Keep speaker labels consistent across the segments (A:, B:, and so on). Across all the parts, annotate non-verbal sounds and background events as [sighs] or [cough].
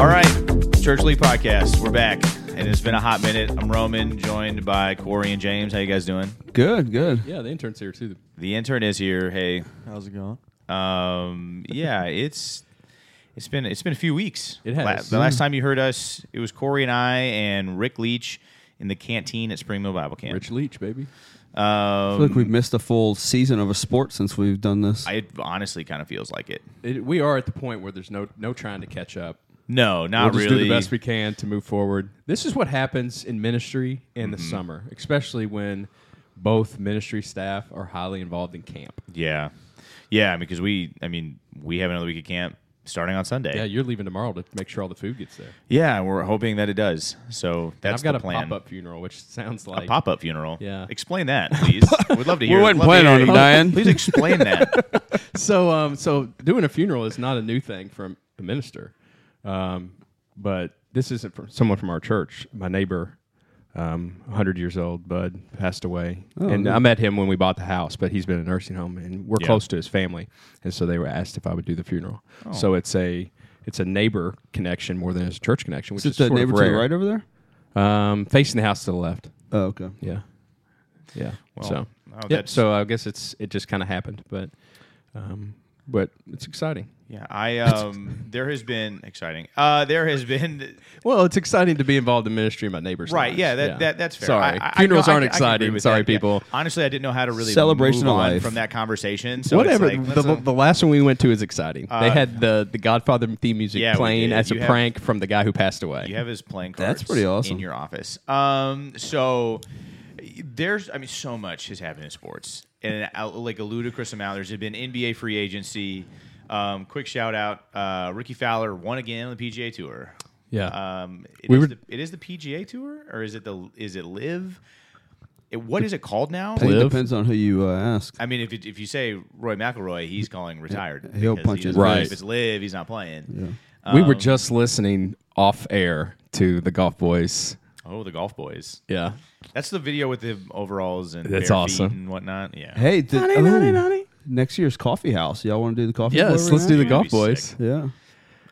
A: All right, Church League Podcast. We're back, and it's been a hot minute. I'm Roman, joined by Corey and James. How you guys doing?
B: Good, good.
C: Yeah, the intern's here too.
A: The intern is here. Hey,
D: How's it going?
A: um, yeah, it's it's been it's been a few weeks.
C: It has. Mm-hmm.
A: the last time you heard us, it was Corey and I and Rick Leach in the canteen at Spring Mill Bible Camp.
C: Rich Leach, baby.
A: Um,
B: Look, we've missed a full season of a sport since we've done this.
A: I- it honestly kind of feels like it.
C: It, we are at the point where there's no no trying to catch up.
A: No, not
C: we'll just
A: really.
C: do the best we can to move forward. This is what happens in ministry in
A: Mm-hmm.
C: the summer, especially when both ministry staff are highly involved in camp.
A: yeah, yeah, because we, I mean, we have another week of camp starting on Sunday.
C: Yeah, you're leaving tomorrow to make sure all the food gets there.
A: Yeah, and we're hoping that it does. So
C: And
A: that's
C: I've got
A: the
C: a
A: plan.
C: pop up funeral, which sounds
A: A
C: like
A: pop-up funeral.
C: Yeah.
A: Explain that,
C: [laughs]
A: please. We'd love to hear.
B: wasn't
A: love to
B: planning
A: hear
B: on
A: it.
B: it, Diane.
A: Please explain
C: [laughs]
A: that.
C: so um so doing a funeral is not a new thing from a minister um but this isn't from someone from our church my neighbor um 100 years old bud passed away
B: Oh,
C: and i met him when we bought the house but he's been in a nursing home and we're
A: Yeah.
C: close to his family and so they were asked if i would do the funeral
B: Oh.
C: so it's a it's a neighbor connection more than it's a church connection which
B: Is it
C: is,
B: the
C: sort
B: neighbor
C: of
B: to the
C: rare.
B: right over there?
C: um facing the house to the left
B: Oh, okay.
C: yeah. Yeah.
A: Well,
C: so
A: oh,
C: Yep,
A: that's-
C: so I guess it's it just kind of happened, but um, but it's exciting.
A: yeah, I um, there has been exciting. Uh, there has been
C: Well, it's exciting to be involved in ministry in my neighbor's
A: right.
C: lives.
A: Yeah, that, that that's fair.
C: Sorry.
A: I- I- I
C: Funerals
A: know- I
C: aren't
A: can- I can agree
C: exciting.
A: with
C: Sorry
A: that, yeah.
C: people.
A: Celebration I didn't know how to really
B: Celebration
A: move
B: of
A: on
B: life.
A: from that conversation. So
C: Whatever.
A: It's like,
C: the, the last one we went to is exciting.
A: Uh,
C: they had the the Godfather theme music
A: yeah, we
C: playing
A: did.
C: as
A: You
C: a
A: have-
C: prank from the guy who passed away.
A: You have his playing cards.
B: That's pretty awesome.
A: in your office. Um, so there's, I mean, so much has happened in sports, and uh, like a ludicrous amount. There's been NBA free agency. Um, quick shout out, uh, Ricky Fowler won again on the PGA Tour.
C: Yeah.
A: Um, it
C: We
A: is
C: were-
A: the, it is the PGA Tour, or is it the is it Live? It, what is it called now?
B: I think it
C: Live?
B: depends on who you uh, ask.
A: I mean, if it, if you say Roy McIlroy, he's calling retired.
B: He'll
A: because
B: punch
A: he
B: his
A: doesn't-
C: Right.
A: If it's Live, he's not playing.
C: we
A: um,
C: were just listening off air to the Golf Boys.
A: Oh, the golf boys.
C: Yeah.
A: That's the video with the overalls and
C: That's
A: bare
C: awesome.
A: feet and whatnot. Yeah.
B: Hey, the,
C: Honey, honey,
B: oh,
C: honey.
B: next year's coffee house. Y'all want to do the coffee?
C: Yes,
B: Boy
C: let's do the
B: reunion?
A: That'd
C: Golf
A: be
C: Boys.
A: sick.
B: Yeah.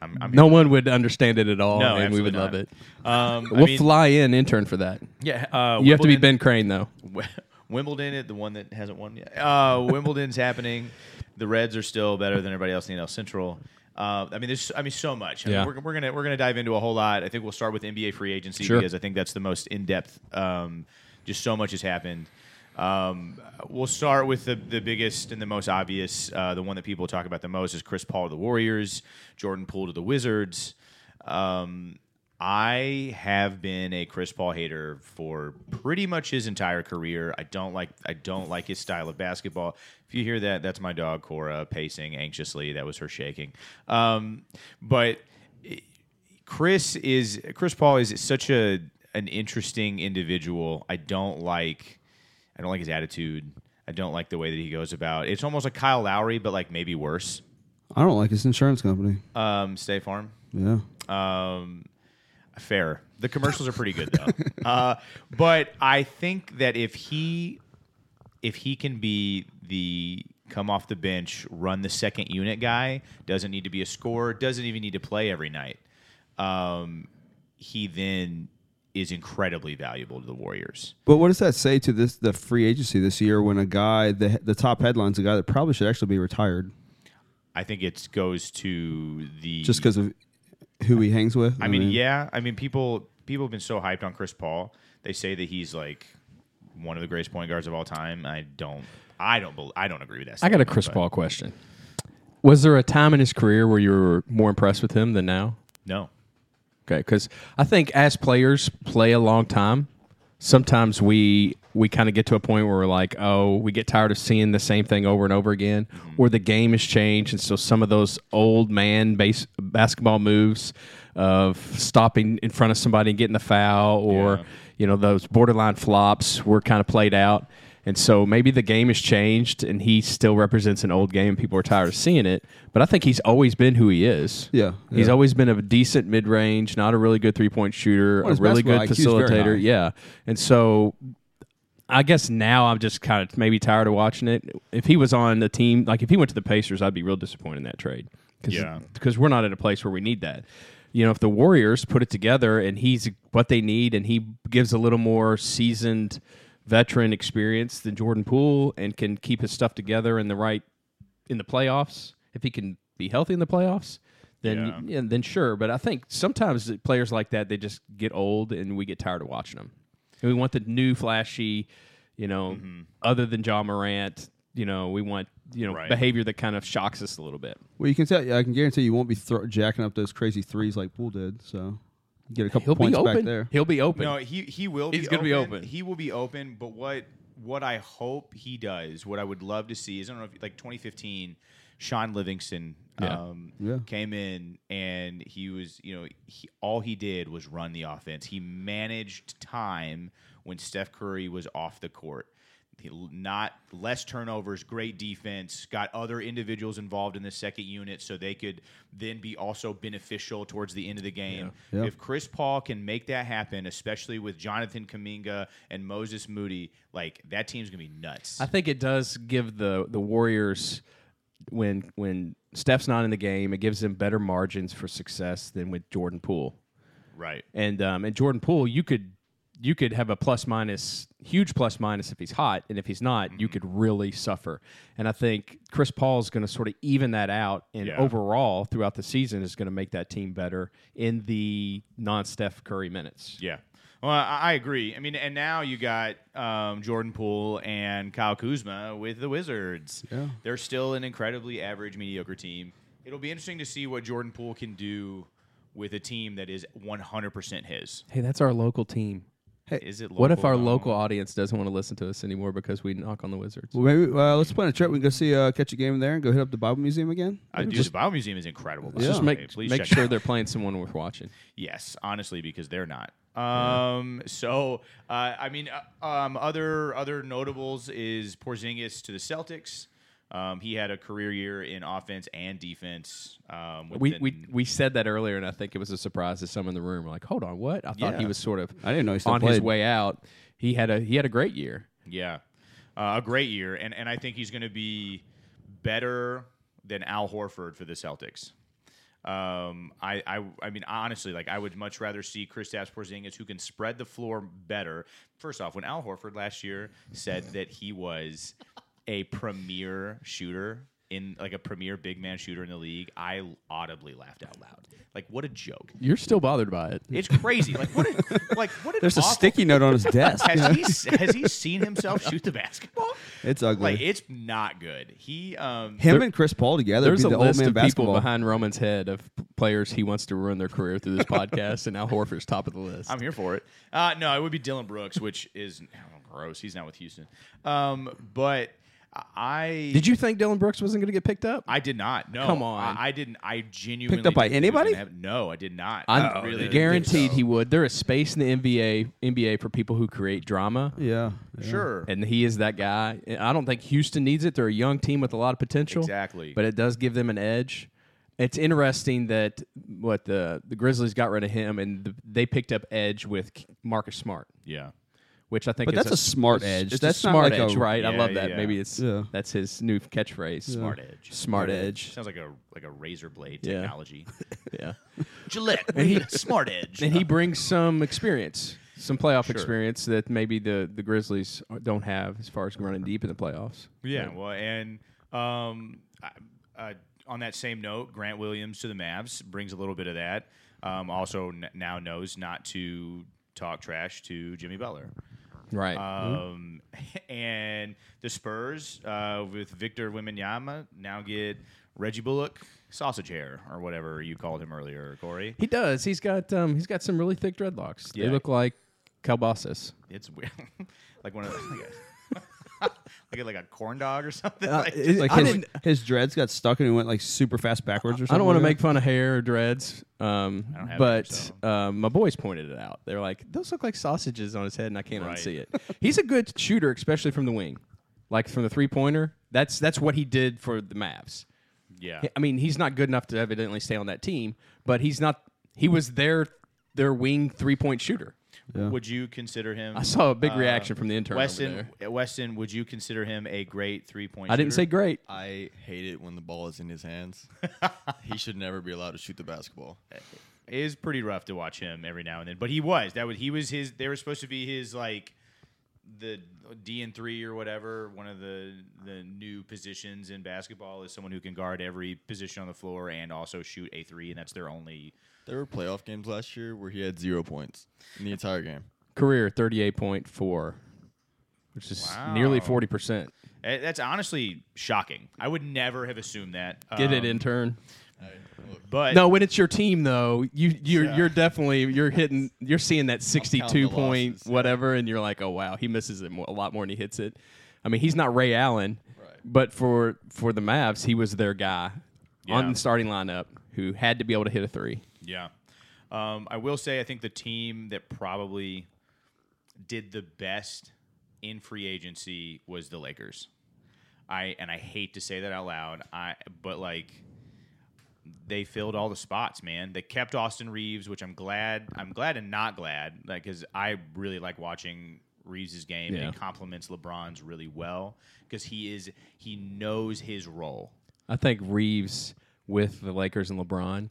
A: I'm, I'm
C: No one would understand it at all,
A: no,
C: and we would
A: absolutely
C: love
A: not.
C: it.
A: Um, I
C: We'll
A: mean,
C: fly in intern for that.
A: Yeah, uh,
C: You have to be
A: Wimbledon-
C: Ben Crane though.
A: [laughs] Wimbledon, it- the one that hasn't won yet. Uh, Wimbledon's happening. The Reds are still better than everybody else in the NL Central. Uh, I mean, there's, I mean, so much. I mean,
C: Yeah.
A: we're, we're gonna we're gonna dive into a whole lot. I think we'll start with NBA free agency
C: Sure.
A: because I think that's the most in depth. Um, just so much has happened. Um, we'll start with the, the biggest and the most obvious. Uh, the one that people talk about the most is Chris Paul to the Warriors, Jordan Poole to the Wizards. Um, I have been a Chris Paul hater for pretty much his entire career. I don't like I don't like his style of basketball. If you hear that, that's my dog Cora pacing anxiously. That was her shaking. Um, but Chris is Chris Paul is such a an interesting individual. I don't like I don't like his attitude. I don't like the way that he goes about. It's almost like Kyle Lowry, but like maybe worse.
B: I don't like his insurance company.
A: Um, State Farm.
B: Yeah.
A: Um, fair. The commercials are pretty good though. uh, but I think that if he if he can be the come off the bench, run the second unit guy, doesn't need to be a scorer, doesn't even need to play every night. Um, he then is incredibly valuable to the Warriors.
B: But what does that say to this the free agency this year when a guy the the top headlines a guy that probably should actually be retired
A: I think it goes to the
B: just because of who he hangs with?
A: I mean, yeah. I mean, people people have been so hyped on Chris Paul. They say that he's like one of the greatest point guards of all time. I don't. I don't. bel I don't agree with that.
C: I got a
A: statement,
C: Chris
A: but-
C: Paul question. Was there a time in his career where you were more impressed with him than now?
A: No.
C: Okay, because I think as players play a long time, sometimes we we kind of get to a point where we're like, oh, we get tired of seeing the same thing over and over again, or the game has changed, and so some of those old man base basketball moves, uh, of stopping in front of somebody and getting the foul, or
A: Yeah.
C: you know those borderline flops were kind of played out, and so maybe the game has changed, and he still represents an old game. People are tired of seeing it, but I think he's always been who he is.
B: Yeah,
C: he's
B: yeah.
C: always been a decent mid range, not a really good three point shooter,
B: Well,
C: a
B: his
C: really good
B: basketball IQ is very
C: facilitator.
B: high.
C: Yeah, and so I guess now I'm just kind of maybe tired of watching it. If he was on a team, like if he went to the Pacers, I'd be real disappointed in that trade. Cause,
A: Yeah.
C: Because we're not at a place where we need that. You know, if the Warriors put it together and he's what they need and he gives a little more seasoned veteran experience than Jordan Poole and can keep his stuff together in the right in the playoffs, if he can be healthy in the playoffs, then
A: Yeah.
C: yeah, then sure. But I think sometimes the players like that they just get old and we get tired of watching them, and we want the new flashy, you know,
A: Mm-hmm.
C: other than John Morant. You know, we want you know
A: Right.
C: behavior that kind of shocks us a little bit.
B: Well, you can tell. yeah, I can guarantee you won't be thro- jacking up those crazy threes like Poole did. So you get a couple
C: He'll be
B: points
C: open.
B: back there.
C: He'll be open.
A: No, he he will.
C: He's
A: be
C: gonna
A: open.
C: be open.
A: He will be open. But what what I hope he does, what I would love to see is I don't know if like 2015, Sean Livingston
C: Yeah.
A: um,
B: Yeah.
A: came in and he was you know he, all he did was run the offense. He managed time when Steph Curry was off the court. He l- Not less turnovers, great defense. Got other individuals involved in the second unit, so they could then be also beneficial towards the end of the game.
B: Yeah.
A: If Chris Paul can make that happen, especially with Jonathan Kaminga and Moses Moody, like that team's gonna be nuts.
C: I think it does give the the Warriors when when Steph's not in the game, it gives them better margins for success than with Jordan Poole.
A: right.
C: And um, and Jordan Poole, you could you could have a plus minus huge plus minus if he's hot, and if he's not,
A: Mm-hmm.
C: you could really suffer. And I think Chris Paul's going to sort of even that out, and
A: Yeah.
C: overall throughout the season is going to make that team better in the non-Steph Curry minutes.
A: Yeah. Well, I, I agree. I mean, and now you got um, Jordan Poole and Kyle Kuzma with the Wizards.
B: Yeah.
A: They're still an incredibly average, mediocre team. It'll be interesting to see what Jordan Poole can do with a team that is 100% his.
C: Hey, that's our local team.
A: Is it local? um,
C: What if our
A: though?
C: local audience doesn't want to listen to us anymore because we knock on the Wizards?
B: Well, maybe uh, let's plan a trip. We can go see uh, catch a game there and go hit up the Bible Museum again.
A: I do. The Bio Museum is incredible. by
B: Let's
A: the
C: Just
A: way.
C: make
A: Please
C: make
A: check it
C: sure
A: out.
C: they're playing someone worth watching.
A: Yes, honestly, because they're not. Um, so uh, I mean, uh, um, other other notables is Porzingis to the Celtics. Um, he had a career year in offense and defense. Um,
C: We,
A: within-
C: we we said that earlier, and I think it was a surprise to some in the room. Like, hold on, what? I thought he
B: Yeah.
C: was sort of
B: I didn't know he still
C: on his
B: played.
C: way out. He had a he had a great year.
A: yeah, uh, a great year, and and I think he's going to be better than Al Horford for the Celtics. Um, I, I, I mean, honestly, like I would much rather see Kristaps Porzingis, who can spread the floor better. First off, when Al Horford last year said that he was a premier shooter in like a premier big man shooter in the league, I audibly laughed out loud. Like, what a joke!
C: You're still bothered by it.
A: It's crazy. Like, what? A, like, what? An
B: There's a
A: awful-
B: sticky note
C: [laughs]
B: on his desk.
A: [laughs] Has he has he seen himself shoot the basketball?
B: It's ugly.
A: Like, it's not good. He um.
B: Him and Chris Paul together.
C: There's
B: be
C: a
B: the old
C: list
B: man
C: of people
B: basketball.
C: behind Roman's head of p- players he wants to ruin their career through [laughs] this podcast, and Al Horford's top of the list.
A: I'm here for it. Uh, no, it would be Dylan Brooks, which is oh, gross. He's not with Houston. Um, but I
C: Did you think Dylan Brooks wasn't going to get picked up?
A: I did not. No,
C: Come on.
A: I, I didn't. I genuinely
B: Picked up by
A: didn't think he was
B: anybody?
A: gonna have- no, I did not.
C: I'm
A: I really
C: guaranteed he would. There is space in the NBA NBA for people who create drama.
B: Yeah, yeah.
A: Sure.
C: and he is that guy. And I don't think Houston needs it. They're a young team with a lot of potential.
A: Exactly.
C: But it does give them an edge. It's interesting that what the the Grizzlies got rid of him and the, they picked up edge with Marcus Smart,
A: yeah.
C: which I think
B: But
C: is
B: that's a smart edge.
C: It's
B: That's
C: a
B: not
C: smart
B: like a-
C: edge, right? I
A: Yeah,
C: love that.
A: yeah.
C: Maybe it's
B: Yeah.
C: that's his new catchphrase.
A: Smart edge.
C: Smart edge.
A: Sounds like a like a razor blade
C: Yeah. [laughs]
A: technology.
C: Yeah.
A: Gillette. we need a smart edge.
C: and he brings some experience, some playoff experience that maybe the the Grizzlies don't have as far as running deep in the playoffs.
A: Yeah, well, and um, I- uh, on that same note, Grant Williams to the Mavs brings a little bit of that. Um, also, n- now knows not to talk trash to Jimmy Butler.
C: Right.
A: Um, [laughs] and the Spurs uh, with Victor Wembanyama now get Reggie Bullock, sausage hair or whatever you called him earlier, Corey.
C: He does. He's got um, he's got some really thick dreadlocks.
A: Yeah. [laughs]
C: They look like calabasas.
A: It's weird, like one of those. [laughs] like a- like a corn dog or something.
C: Uh,
A: like,
C: it-
B: Like
C: I
B: his,
C: didn't-
B: his dreads got stuck and he went like super fast backwards or something.
C: I don't want to
B: like
C: make fun of hair or dreads, um,
A: don't have
C: but
A: hair,
C: um, my boys pointed it out. They're like, "Those look like sausages on his head," and I can't
A: Right.
C: unsee it. He's a good shooter, especially from the wing, like from the three pointer. That's that's what he did for the Mavs.
A: yeah,
C: I mean, he's not good enough to evidently stay on that team, but he's not. He was their their wing three point shooter.
A: Would you consider him?
C: I saw a big
A: uh,
C: reaction from the intern. over
A: Weston,
C: there.
A: Weston, uh, would you consider him a great three point?
C: I didn't say great.
D: I hate it when the ball is in his [laughs] hands. he should never be allowed to shoot the basketball.
A: It is pretty rough to watch him every now and then, but he was that was he was his. They were supposed to be his like the D and three or whatever. One of the the new positions in basketball is someone who can guard every position on the floor and also shoot a three, and that's their only.
D: There were playoff games last year where he had zero points in the entire game.
C: Career thirty eight point four, which is
A: Wow.
C: nearly forty percent.
A: eh, That's honestly shocking. I would never have assumed that.
C: Get it,
A: Um,
C: intern.
A: but
C: No, when it's your team though, you you're you're definitely you're hitting you're seeing that sixty two point
D: losses, yeah.
C: whatever, and you're like, oh wow, he misses it mo- a lot more than he hits it. I mean, he's not Ray Allen,
D: Right.
C: but for for the Mavs, he was their guy on
A: Yeah.
C: the starting lineup who had to be able to hit a three.
A: Yeah. Um, I will say, I think the team that probably did the best in free agency was the Lakers. I and I hate to say that out loud, I but like they filled all the spots, man. They kept Austin Reeves, which I'm glad. I'm glad and not glad, like because I really like watching Reeves' game.
C: Yeah.
A: and It complements LeBron's really well because he is he knows his role.
C: I think Reeves with the Lakers and LeBron,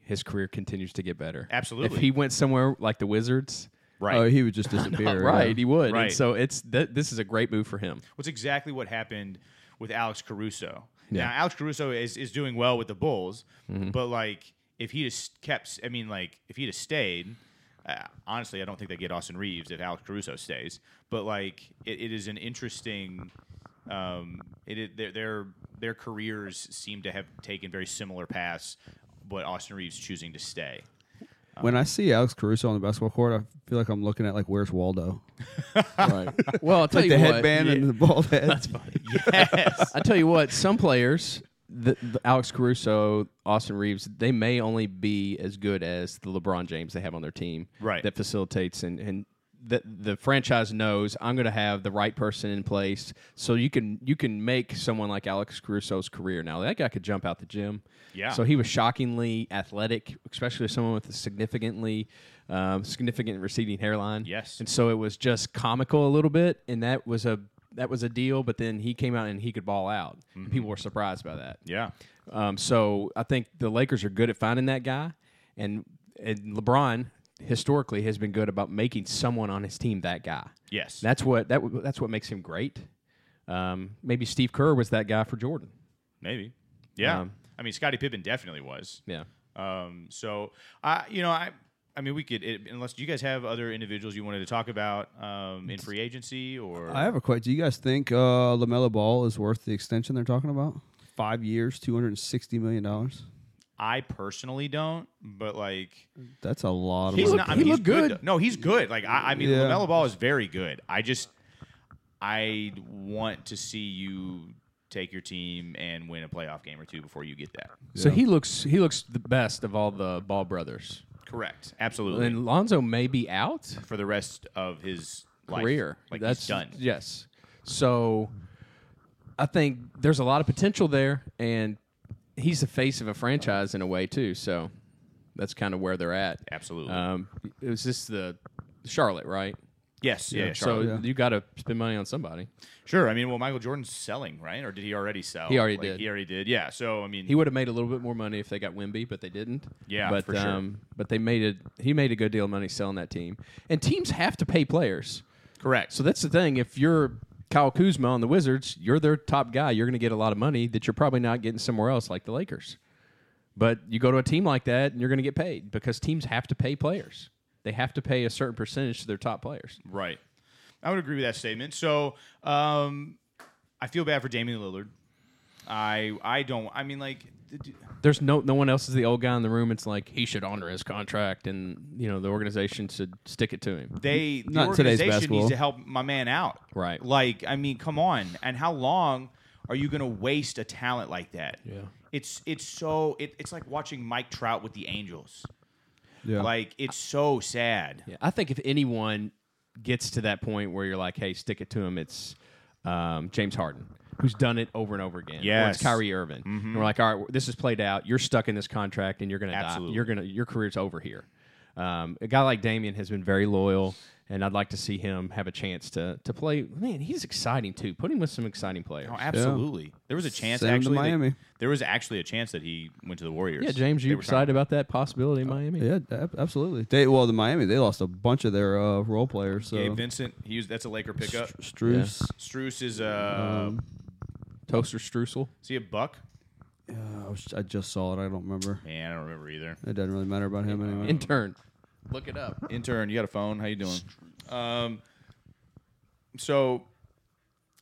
C: his career continues to get better.
A: Absolutely.
C: if he went somewhere like the Wizards,
A: Right.
B: Oh, he would
C: [laughs]
B: just disappear.
C: right, he would.
A: Right.
C: And so it's th- this is a great move for him.
A: What's exactly what happened with Alex Caruso.
C: Yeah. Mm-hmm.
A: Now Alex Caruso is, is doing well with the Bulls, but like if he just kept, I mean, like if he'd have stayed, uh, honestly, I don't think they get Austin Reeves if Alex Caruso stays. But like it, it is an interesting. Um, it, it their, their their careers seem to have taken very similar paths, but Austin Reeves choosing to
C: [laughs]
A: stay.
B: When I see Alex Caruso on the basketball court, I feel like I'm looking at like where's
C: [laughs]
B: Waldo?
C: Right. [laughs] Well, I'll tell
B: Like
C: you
B: the
C: what,
B: headband
C: yeah.
B: and the
C: [laughs]
B: bald head.
A: Yes,
C: I tell you what, some players, the, the Alex Caruso, Austin Reeves, they may only be as good as the LeBron James they have on their team.
A: Right.
C: That facilitates and and the the franchise knows I'm going to have the right person in place, so you can you can make someone like Alex Caruso's career. Now that guy could jump out the gym.
A: Yeah.
C: So he was shockingly athletic, especially someone with a significantly um, significant receding hairline.
A: Yes.
C: And so it was just comical a little bit and that was a that was a deal but then he came out and he could ball out and people were surprised by that
A: Mm-hmm. yeah,
C: um, so i think the lakers are good at finding that guy and and lebron historically has been good about making someone on his team that guy
A: yes.
C: that's what that w- that's what makes him great um, maybe steve kerr was that guy for jordan
A: Maybe. Yeah.
C: Um,
A: I mean, Scottie Pippen definitely was.
C: yeah
A: Um, so I, you know, I, I mean, we could it, unless do you guys have other individuals you wanted to talk about um, in free agency or
B: I have a question. Do you guys think uh, Lamella Ball is worth the extension they're talking about? Five years, two hundred and sixty million dollars.
A: I personally don't, but like
B: That's a lot of
A: he's
B: money.
A: not. I
C: he
A: mean, he's
C: looked
A: good.
C: good.
A: though. No, he's good. Like I, I mean,
B: Yeah.
A: Lamelo Ball is very good. I just I want to see you take your team and win a playoff game or two before you get that.
C: so he looks he looks the best of all the ball brothers
A: Correct. Absolutely.
C: and lonzo may be out
A: for the rest of his life.
C: career.
A: like
C: That's
A: he's done.
C: Yes. So I think there's a lot of potential there, and he's the face of a franchise in a way too. So that's kind of where they're at.
A: Absolutely.
C: Um, it was just the Charlotte, right?
A: yes. Yeah. sure.
C: So
B: yeah.
C: you got to spend money on somebody.
A: Sure. I mean, well, Michael Jordan's selling, right? Or did he already sell?
C: He already
A: Like,
C: did.
A: He already did. Yeah. So I mean,
C: He would have made a little bit more money if they got Wimby, but they didn't.
A: Yeah,
C: but
A: for sure.
C: um, but they made it. He made a good deal of money selling that team, and teams have to pay players.
A: correct.
C: So that's the thing. If you're Kyle Kuzma on the Wizards, you're their top guy. You're going to get a lot of money that you're probably not getting somewhere else, like the Lakers. But you go to a team like that, and you're going to get paid because teams have to pay players. They have to pay a certain percentage to their top players.
A: right. I would agree with that statement. So um, I feel bad for Damian Lillard. I I don't. I mean, like, d- d-
C: There's no no one else is the old guy in the room. It's like he should honor his contract, and you know the organization should stick it to him.
A: they the
B: Not in
A: organization
B: today's
A: needs
B: basketball.
A: to help my man out.
C: Right.
A: Like, I mean, come on. And how long are you going to waste a talent like that?
C: Yeah.
A: It's it's so it, it's like watching Mike Trout with the Angels.
B: Yeah.
A: Like it's so sad.
C: Yeah, I think if anyone gets to that point where you're like, hey, stick it to him, it's um, James Harden, who's done it over and over again. Or
A: Yes. Mm-hmm.
C: it's Kyrie Irving. And we're like, all right, this is played out. You're stuck in this contract, and you're gonna die.
A: Absolutely.
C: You're gonna your career's over here. Um, a guy like Damian has been very loyal, and I'd like to see him have a chance to to play. Man, he's exciting too. Put him with some exciting players.
A: Oh, absolutely. There was a chance
B: Send him to
A: actually. that-
B: Miami.
A: there was actually a chance that he went to the Warriors.
C: yeah, James,
A: They
C: you
A: were talking- Oh,
C: excited about that possibility in Miami?
B: Yeah, ab- absolutely. They well, the Miami they lost a bunch of their uh, role players. So
A: Gabe Vincent, he was, that's a Laker pickup.
B: Struess,
A: Struess is uh,
C: Um, Toaster Streusel.
A: is he a buck?
B: uh, I, was- I just saw it. I don't remember.
A: Man, I don't remember either.
B: It doesn't really matter about him anyway.
C: Intern. Look it up.
A: Intern, you got a phone? How you doing? Um, so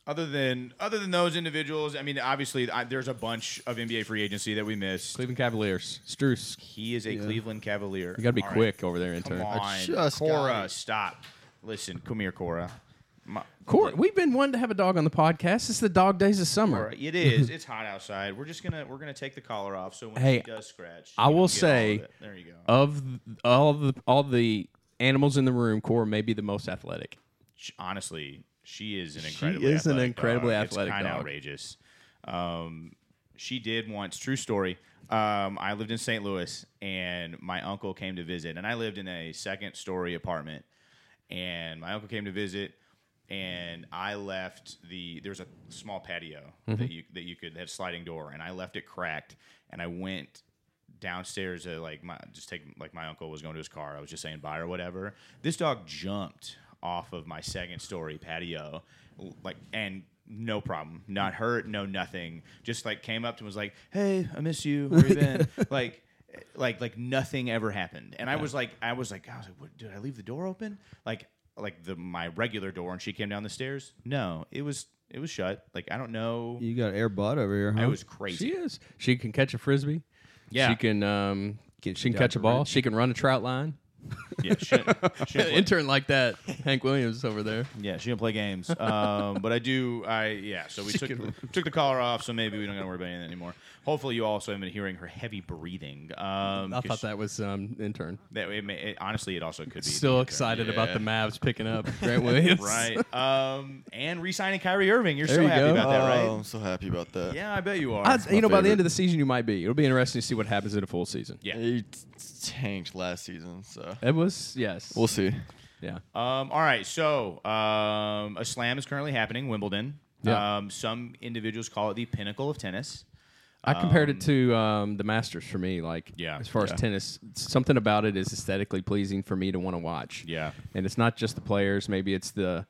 A: other than other than those individuals, I mean, obviously I, there's a bunch of NBA free agency that we missed.
C: Cleveland Cavaliers. Struess.
A: He is a Cleveland Cavalier.
C: You got to be
A: All right.
C: quick over there,
A: Come
C: intern.
A: on,
D: just got
A: Cora,
D: it.
A: stop. Listen, come here, Cora. My,
C: Cor- we've been wanting to have a dog on the podcast. It's the dog days of summer.
A: All right, it is. It's hot outside. We're just gonna we're gonna take the collar off. So when
C: Hey,
A: she does scratch,
C: I
A: you
C: will
A: can get all of
C: say- Uh,
A: it. there you go.
C: Of th- all the all the animals in the room, Cora may be the most athletic.
A: Sh- Honestly, she is an
C: She
A: incredibly
C: is an
A: athletic
C: incredibly
A: dog.
C: athletic
A: It's kind of
C: dog.
A: outrageous. Um, she did once. True story. Um, I lived in St. Louis, and my uncle came to visit, and I lived in a second story apartment. And my uncle came to visit, and I left the there's a small patio
C: Mm-hmm.
A: that you that you could that had sliding door, and I left it cracked, and I went downstairs to like my just take like my uncle was going to his car. I was just saying bye or whatever. This dog jumped off of my second story patio, l- like and no problem, not hurt, no nothing. Just like came up to me, was like, "Hey, I miss you. Where you been?" like. Like like nothing ever happened, and I was like I was like I was like, what, did I leave the door open? Like like the my regular door, and she came down the stairs. No, it was it was shut. Like I don't know.
B: You got Air Bud over here, huh?
A: I was crazy.
C: She is. She can catch a frisbee.
A: Yeah.
C: She can um
B: Get
C: she
B: you
C: can
B: down
C: catch a
B: to
C: ball. She can run a trout line.
A: Yeah, she, she
C: intern like [laughs] that. Hank Williams over there.
A: Yeah, she don't play games. um, but I do. I yeah. So we took
C: [laughs]
A: took the collar off. So maybe we don't got to worry about anything anymore. Hopefully, you also have been hearing her heavy breathing. Um,
C: [laughs]
A: 'cause
C: I thought that was um intern.
A: that it, may- it- honestly, it also could be
C: Still excited about
D: Yeah.
C: the Mavs picking [laughs] up Grant Williams.
A: right. Um, and re-signing Kyrie Irving. You're
C: There
A: so
C: you
A: happy
C: go.
A: about that,
D: Oh,
A: right?
D: I'm so happy about that.
A: Yeah, I bet you are.
C: I, you know, by the
D: favorite.
C: end of the season, you might be. It'll be interesting to see what happens in a full season.
A: Yeah.
D: He t- tanked last season, so
C: It was yes.
D: we'll see.
C: yeah.
A: Um, all right, so um, a slam is currently happening, Wimbledon.
C: Yeah.
A: Um, some individuals call it the pinnacle of tennis.
C: I compared it to um, the Masters for me. Like,
A: Yeah,
C: as far
A: yeah.
C: as tennis, something about it is aesthetically pleasing for me to want to watch.
A: Yeah.
C: and it's not just the players. Maybe it's the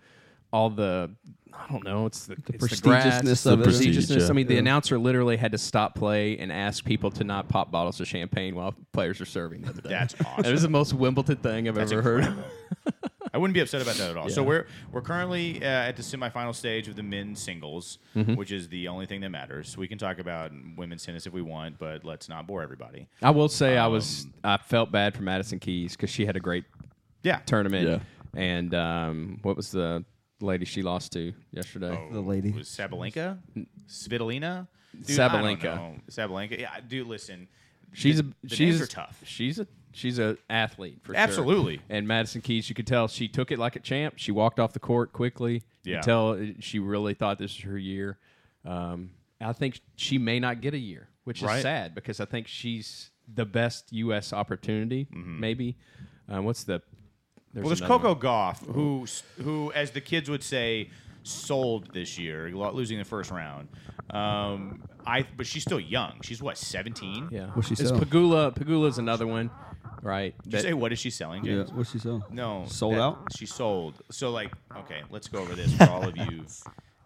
C: all the I don't know. It's the, it's the
B: prestigiousness
C: grass,
B: of
C: the
B: it.
C: prestigiousness.
D: Prestige,
C: I mean, the
B: yeah.
C: announcer literally had to stop play and ask people to not pop bottles of champagne while players are serving. The other day.
A: [laughs] That's
C: It
A: awesome.
C: was the most Wimbledon thing I've ever heard.
A: I wouldn't be upset about that at all. So we're we're currently uh, at the semifinal stage of the men's singles,
C: Mm-hmm.
A: which is the only thing that matters. We can talk about women's tennis if we want, but let's not bore everybody.
C: I will say I
A: Um,
C: was I felt bad for Madison Keys because she had a great
A: Yeah,
C: tournament.
D: Yeah.
C: And um, what was the lady she lost to yesterday?
A: Oh,
B: The lady.
A: was Sabalenka, Svitolina, Dude, I don't
C: Sabalenka.
A: know. Sabalenka. Yeah, dude, listen,
C: She's a
A: the, the
C: she's
A: names are tough.
C: She's a she's a athlete for sure.
A: Absolutely.
C: And Madison Keys, you could tell she took it like a champ. She walked off the court quickly. You
A: Yeah.
C: could tell it- she really thought this was her year. Um, I think she may not get a year, which
A: Right.
C: is sad because I think she's the best U.S. opportunity. Maybe. Um, what's the?
A: Mm-hmm. Well, there's
C: another
A: Coco
C: one.
A: Goff, who s- who, as the kids would say, sold this year, lo- losing the first round. Um, I but she's still young. She's what 17.
C: Yeah.
B: What's she
C: It's
B: sell?
C: Pagula. Pagula's another one, right?
A: Did
C: that-
A: you say what is she selling?
B: yeah,
A: James?
B: what's she sell?
A: No.
B: Sold
A: that-
B: out?
A: She sold. So, like, okay, let's go over
C: [laughs]
A: this for all of you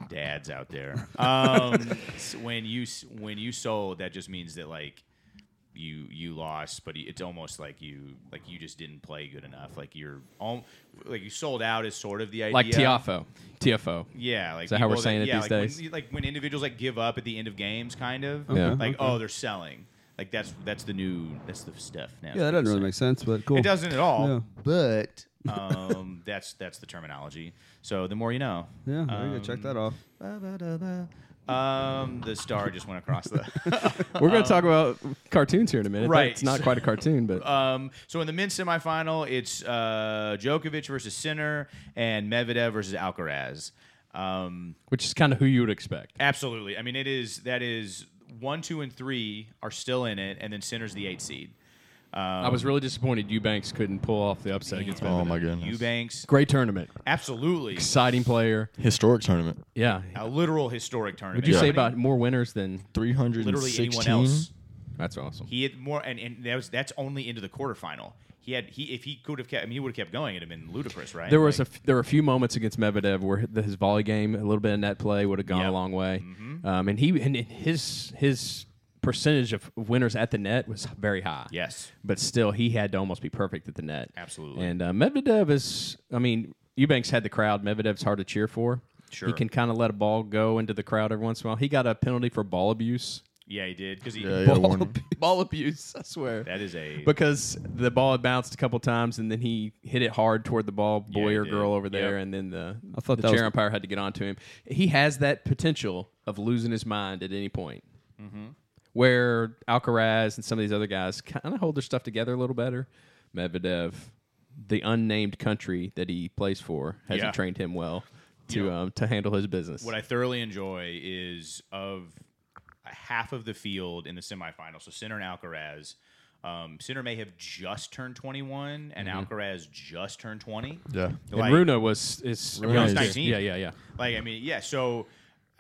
A: dads out there. Um, s- when you s- when you sold, that just means that like you you lost, but it's almost like you like you just didn't play good enough. Like you're all like you sold out is sort of the idea.
C: Like Tiafo.
A: [laughs]
C: Tiafo.
A: Yeah, like
C: that how we're
A: people
C: saying it
A: yeah,
C: these
A: like
C: days?
A: When, like when individuals like give up at the end of games, kind of.
C: Yeah.
A: Like oh, they're selling. Like that's that's the new that's the stuff now.
B: Yeah, that doesn't really make sense, but cool.
A: It doesn't at all.
B: Yeah.
A: But um, [laughs] that's that's the terminology. So the more you know.
B: Yeah, there you go. Check that off.
A: Um, the star just went across the. [laughs]
C: We're going to talk about cartoons here in a minute.
A: Um, right.
C: It's not quite a
A: [laughs]
C: cartoon, but
A: Um, so in the men's semifinal, it's uh, Djokovic versus Sinner and Medvedev versus Alcaraz. Um,
C: which is kind of who you would expect.
A: Absolutely. I mean, it is that is one, two, and three are still in it, and then Sinner's the eight seed. Um,
C: I was really disappointed Eubanks couldn't pull off the upset against
D: Oh
C: Medvedev.
D: my goodness.
A: Eubanks.
C: Great tournament.
A: Absolutely,
C: Exciting player.
D: Historic tournament.
C: Yeah.
A: a literal historic tournament.
C: Would you
A: How
C: say
A: many-
C: about more winners than
D: Three hundred and
A: literally anyone
D: sixteen.
A: else?
C: That's awesome.
A: He had more, and, and that was that's only into the quarterfinal. He had he if he could have kept, I mean, he would have kept going. It'd have been ludicrous, right?
C: There was a
A: Like,
C: f- there were a few moments against Medvedev where his his volley game, a little bit of net play, would have gone
A: Yep.
C: a long way. Um, and he and his his percentage of winners at the net was very high.
A: yes.
C: but still he had to almost be perfect at the net.
A: Absolutely.
C: And uh, Medvedev is, I mean, Eubanks had the crowd. Medvedev's hard to cheer for.
A: Sure.
C: he can kind of let a ball go into the crowd every once in a while. He got a penalty for ball abuse.
A: Yeah, he did because he.
D: Yeah, yeah, warning.
C: ball abuse, I [laughs] swear.
A: That is a.
C: because the ball had bounced a couple times and then he hit it hard toward the ball,
A: Yeah,
C: boy
A: he
C: or
A: did.
C: girl over there,
A: Yep.
C: and then the,
B: I thought
C: the
B: that
C: chair
B: was-
C: umpire had to get onto him. He has that potential of losing his mind at any point.
A: Mm-hmm.
C: Where Alcaraz and some of these other guys kind of hold their stuff together a little better. Medvedev, the unnamed country that he plays for, hasn't
A: Yeah.
C: trained him well to
A: Yeah.
C: um, to handle his business.
A: What I thoroughly enjoy is of half of the field in the semifinal. So Sinner and Alcaraz. Um, Sinner may have just turned 21, and
C: Mm-hmm.
A: Alcaraz just turned 20.
D: Yeah.
C: and
A: Like-
C: Runa was is
D: Rune was
C: yeah,
A: 19.
C: Yeah, yeah, yeah.
A: Like I mean, yeah. So,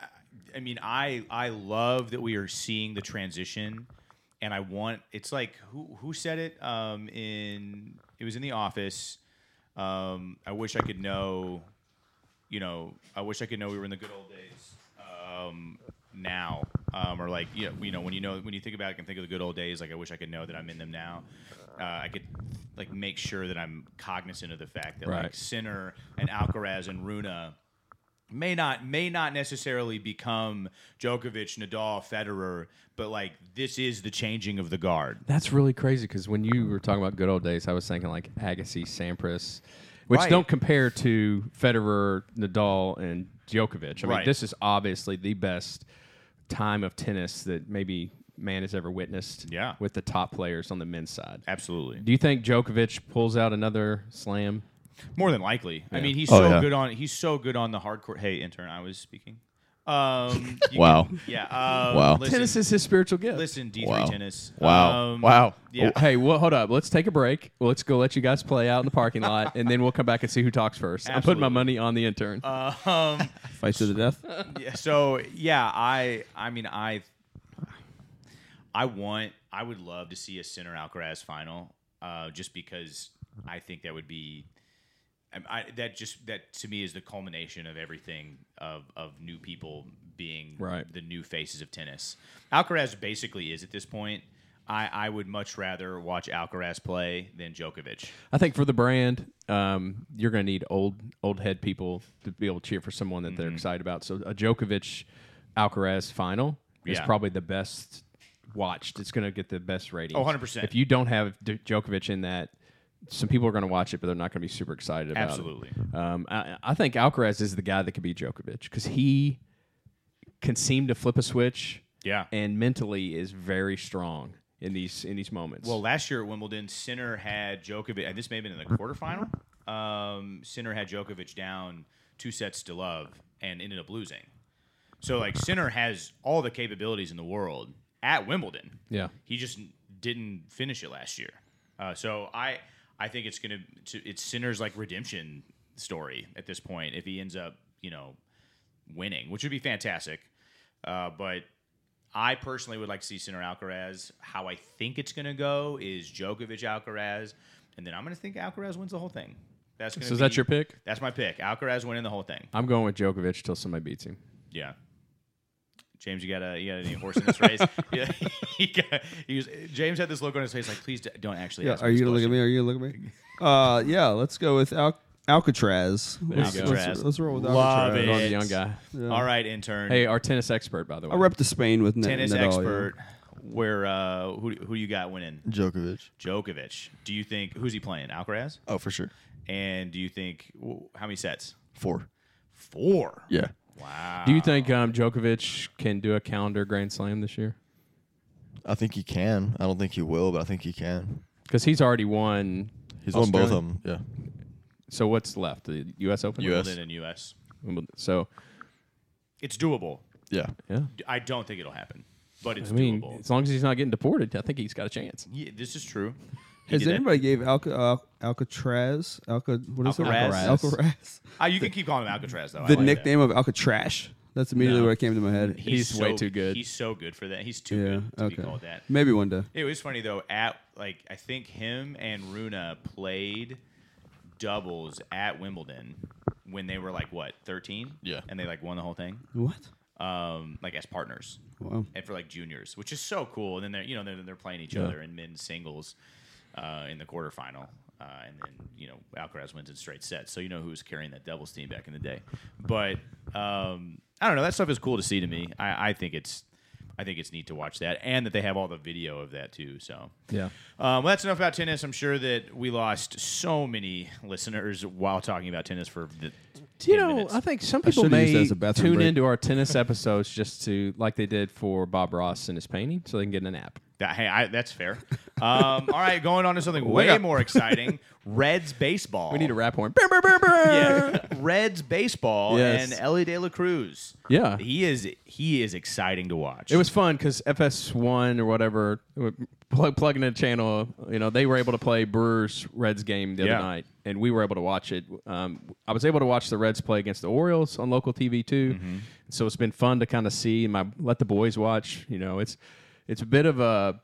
A: I- I mean, I I love that we are seeing the transition, and I want. It's like who who said it? Um, in it was in the office. Um, I wish I could know. You know, I wish I could know we were in the good old days. Um, now, um, or like you know, you know, when you know when you think about it, I can think of the good old days. Like I wish I could know that I'm in them now. Uh, I could like make sure that I'm cognizant of the fact that like
C: Right.
A: Sinner and Alcaraz and Runa may not may not necessarily become Djokovic, Nadal, Federer, but like this is the changing of the guard.
C: That's really crazy because when you were talking about good old days, I was thinking like Agassi, Sampras, which
A: Right.
C: don't compare to Federer, Nadal, and Djokovic. I mean,
A: Right.
C: this is obviously the best time of tennis that maybe man has ever witnessed.
A: Yeah.
C: with the top players on the men's side.
A: Absolutely,
C: Do you think Djokovic pulls out another slam?
A: more than likely. I mean, he's
D: Oh,
A: so
D: yeah.
A: good on he's so good on the hardcore. Hey, intern, I was speaking.
D: [laughs]
A: Um, you
D: Wow.
A: can- yeah. Um,
D: Wow.
A: Listen,
C: tennis is his spiritual gift.
A: listen, D three
D: Wow.
A: tennis.
D: Wow.
A: Um,
D: wow.
A: Yeah.
C: Hey, well, hold up. Let's take a break. Well, let's go let you guys play out in the
A: [laughs]
C: parking lot, and then we'll come back and see who talks first. I'm putting my
A: Absolutely.
C: money on the intern.
A: [laughs] Um,
B: Fight to the death.
A: yeah, so yeah, I I mean I I want I would love to see a Sinner Alcaraz final, uh, just because I think that would be um, I, I, that just that to me is the culmination of everything of of new people being
C: Right.
A: the new faces of tennis. Alcaraz basically is at this point. I, I would much rather watch Alcaraz play than Djokovic.
C: I think for the brand, um, you're going to need old old head people to be able to cheer for someone that
A: Mm-hmm.
C: they're excited about. So a Djokovic Alcaraz final is
A: Yeah.
C: probably the best watched. It's going to get the best ratings.
A: Oh, 100%.
C: If you don't have D- Djokovic in that, some people are going to watch it, but they're not going to be super excited about
A: Absolutely.
C: it. Absolutely. Um, I, I think Alcaraz is the guy that could be Djokovic because he can seem to flip a switch
A: Yeah.
C: and mentally is very strong in these in these moments.
A: Well, last year at Wimbledon, Sinner had Djokovic, and this may have been in the quarterfinal. Um, Sinner had Djokovic down two sets to love and ended up losing. So, like, Sinner has all the capabilities in the world at Wimbledon.
C: yeah.
A: He just didn't finish it last year. Uh, so I, I think it's gonna to, it's Sinner's like redemption story at this point if he ends up you know winning, which would be fantastic. Uh, but I personally would like to see Sinner Alcaraz. How I think it's gonna go is Djokovic Alcaraz, and then I'm gonna think Alcaraz wins the whole thing. That's gonna
C: So is
A: be-
C: that your pick?
A: That's my pick. Alcaraz winning the whole thing.
C: I'm going with Djokovic till somebody beats him.
A: Yeah. James, you got a you got any horse in this [laughs] race? Yeah, he got, he was, James had this look on his face, like, please d- don't actually.
B: Yeah,
A: ask me
B: are
A: this
B: you gonna look at
A: question."
B: me? Are you gonna look at me? Uh, yeah. Let's go with Al- Alcatraz. Let's,
C: you go.
B: Let's, let's roll with
A: Love
B: Alcatraz.
A: it.
C: Going to the young guy.
A: All right, intern.
C: Hey, our tennis expert, by the way.
B: I rep to Spain with N-
A: tennis
B: Nadal, yeah.
A: expert. Where uh, who who you got winning?
D: Djokovic.
A: Djokovic. Do you think who's he playing? Alcaraz.
D: Oh, for sure.
A: And do you think wh- how many sets?
D: Four.
A: Four.
D: Yeah.
A: Wow.
C: do you think um, Djokovic can do a calendar Grand Slam this year?
D: I think he can. I don't think he will, but I think he can.
C: Because he's already won.
D: He's won both
C: Australia.
D: of them. Yeah.
C: So what's left? The U.S. Open.
D: US.
A: Wimbledon and U.S.
C: Wimbledon. So
A: It's doable.
D: Yeah.
C: yeah,
A: D- I don't think it'll happen, but it's
C: I mean,
A: doable.
C: as long as he's not getting deported, I think he's got a chance.
A: Yeah, this is true. He
B: Has
A: did that.
B: anybody gave Alca, uh, Alcatraz? Alca, what is
A: Alcaraz. [laughs]
B: it? Alcaraz.
A: Ah, you can keep calling him Alcatraz though. I
B: The
A: like that.
B: nickname of Alcatraz. That's immediately what came to my head.
C: He's way too good.
A: He's so good for that. He's too
B: yeah.
A: good to be
B: Okay.
A: called that.
B: Maybe one day.
A: It was funny though. At like I think him and Runa played doubles at Wimbledon when they were like what thirteen?
D: Yeah.
A: and they like won the whole thing.
B: What?
A: Um, like as partners.
B: Wow.
A: And for like juniors, which is so cool. And then they're you know they're, they're playing each other in men's singles uh, in the quarterfinal. Uh, and then you know Alcaraz wins in straight sets, so you know who was carrying that doubles team back in the day. But um, I don't know. That stuff is cool to see to me. I, I think it's I think it's neat to watch that, and that they have all the video of that too. So
C: Yeah.
A: um, well, that's enough about tennis. I'm sure that we lost so many [laughs] listeners while talking about tennis for the 10
C: You know,
A: minutes.
C: I think some people
B: should've used that
C: may
B: as a bathroom
C: tune
B: break.
C: into our tennis episodes just to, like they did for Bob Ross and his painting, so they can get an app.
A: That- hey, I, that's fair. Um, all right, going on to
C: [laughs]
A: something way
B: up.
A: more exciting: Reds baseball.
C: We need a rap horn.
A: [laughs] yeah, [laughs] Reds baseball
C: Yes.
A: and Ellie De La Cruz.
C: Yeah.
A: he is he is exciting to watch.
C: It was fun because FS1 or whatever, plug, plugging a channel, you know, they were able to play Brewers Reds game the
A: Yeah.
C: other night, and we were able to watch it. Um, I was able to watch the Reds play against the Orioles on local TV too,
A: Mm-hmm.
C: so it's been fun to kind of see and my let the boys watch. You know, it's it's a bit of a.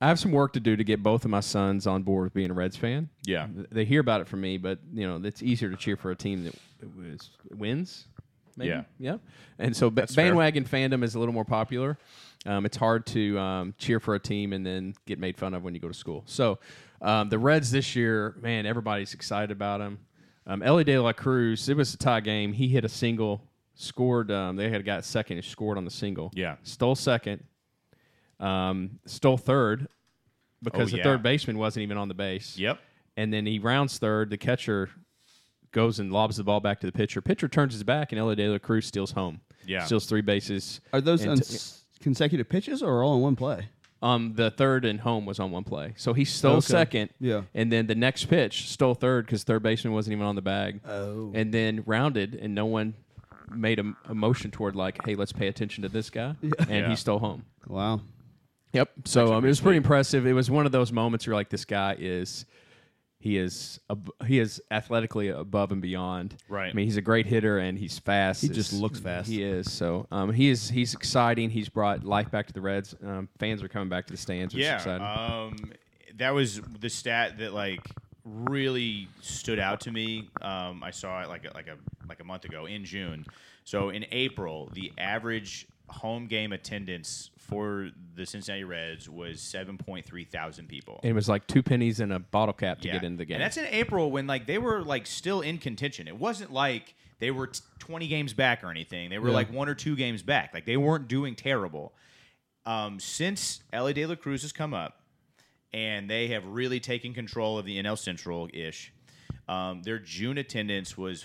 C: I have some work to do to get both of my sons on board with being a Reds fan.
A: Yeah.
C: they hear about it from me, but you know, it's easier to cheer for a team that was, wins. Maybe.
A: Yeah.
C: Yeah. And so ba-
A: fair.
C: bandwagon fandom is a little more popular. Um, it's hard to um, cheer for a team and then get made fun of when you go to school. So um, the Reds this year, man, everybody's excited about them. Um, Ellie De La Cruz, it was a tie game. He hit a single, scored. Um, they had a guy at second who scored on the single.
A: Yeah.
C: Stole second, um, stole third because
A: Oh,
C: the
A: yeah.
C: third baseman wasn't even on the base.
A: Yep.
C: And then he rounds third. The catcher goes and lobs the ball back to the pitcher. Pitcher turns his back, and Ella De La Cruz steals home.
A: Yeah.
C: Steals three bases.
B: Are those
C: and
B: on
C: t-
B: s- consecutive pitches or all in one play?
C: um, the third and home was on one play. So he stole
B: Okay.
C: second.
B: Yeah.
C: And then the next pitch stole third because third baseman wasn't even on the bag. Oh. And then rounded, and no one made a, a motion toward, like, hey, let's pay attention to this guy. And
A: Yeah.
C: he stole home.
B: Wow.
C: Yep. So um, it was pretty impressive. It was one of those moments where like this guy is, he is ab- he is athletically above and beyond.
A: Right.
C: I mean, he's a great hitter and he's fast. He
B: just looks fast.
C: He is. So um, he is. He's exciting. He's brought life back to the Reds. Um, fans are coming back to the stands. Which is exciting.
A: Yeah, um, that was the stat that like really stood out to me. Um, I saw it like a, like a like a month ago in June. So in April, the average home game attendance for the Cincinnati Reds was seven point three thousand people.
C: and it was like two pennies and a bottle cap to
A: Yeah.
C: get into the game.
A: And that's in April when like they were like still in contention. It wasn't like they were t- 20 games back or anything. They were like one or two games back. Like they weren't doing terrible. Um, since LA De La Cruz has come up and they have really taken control of the NL Central ish. Um, their June attendance was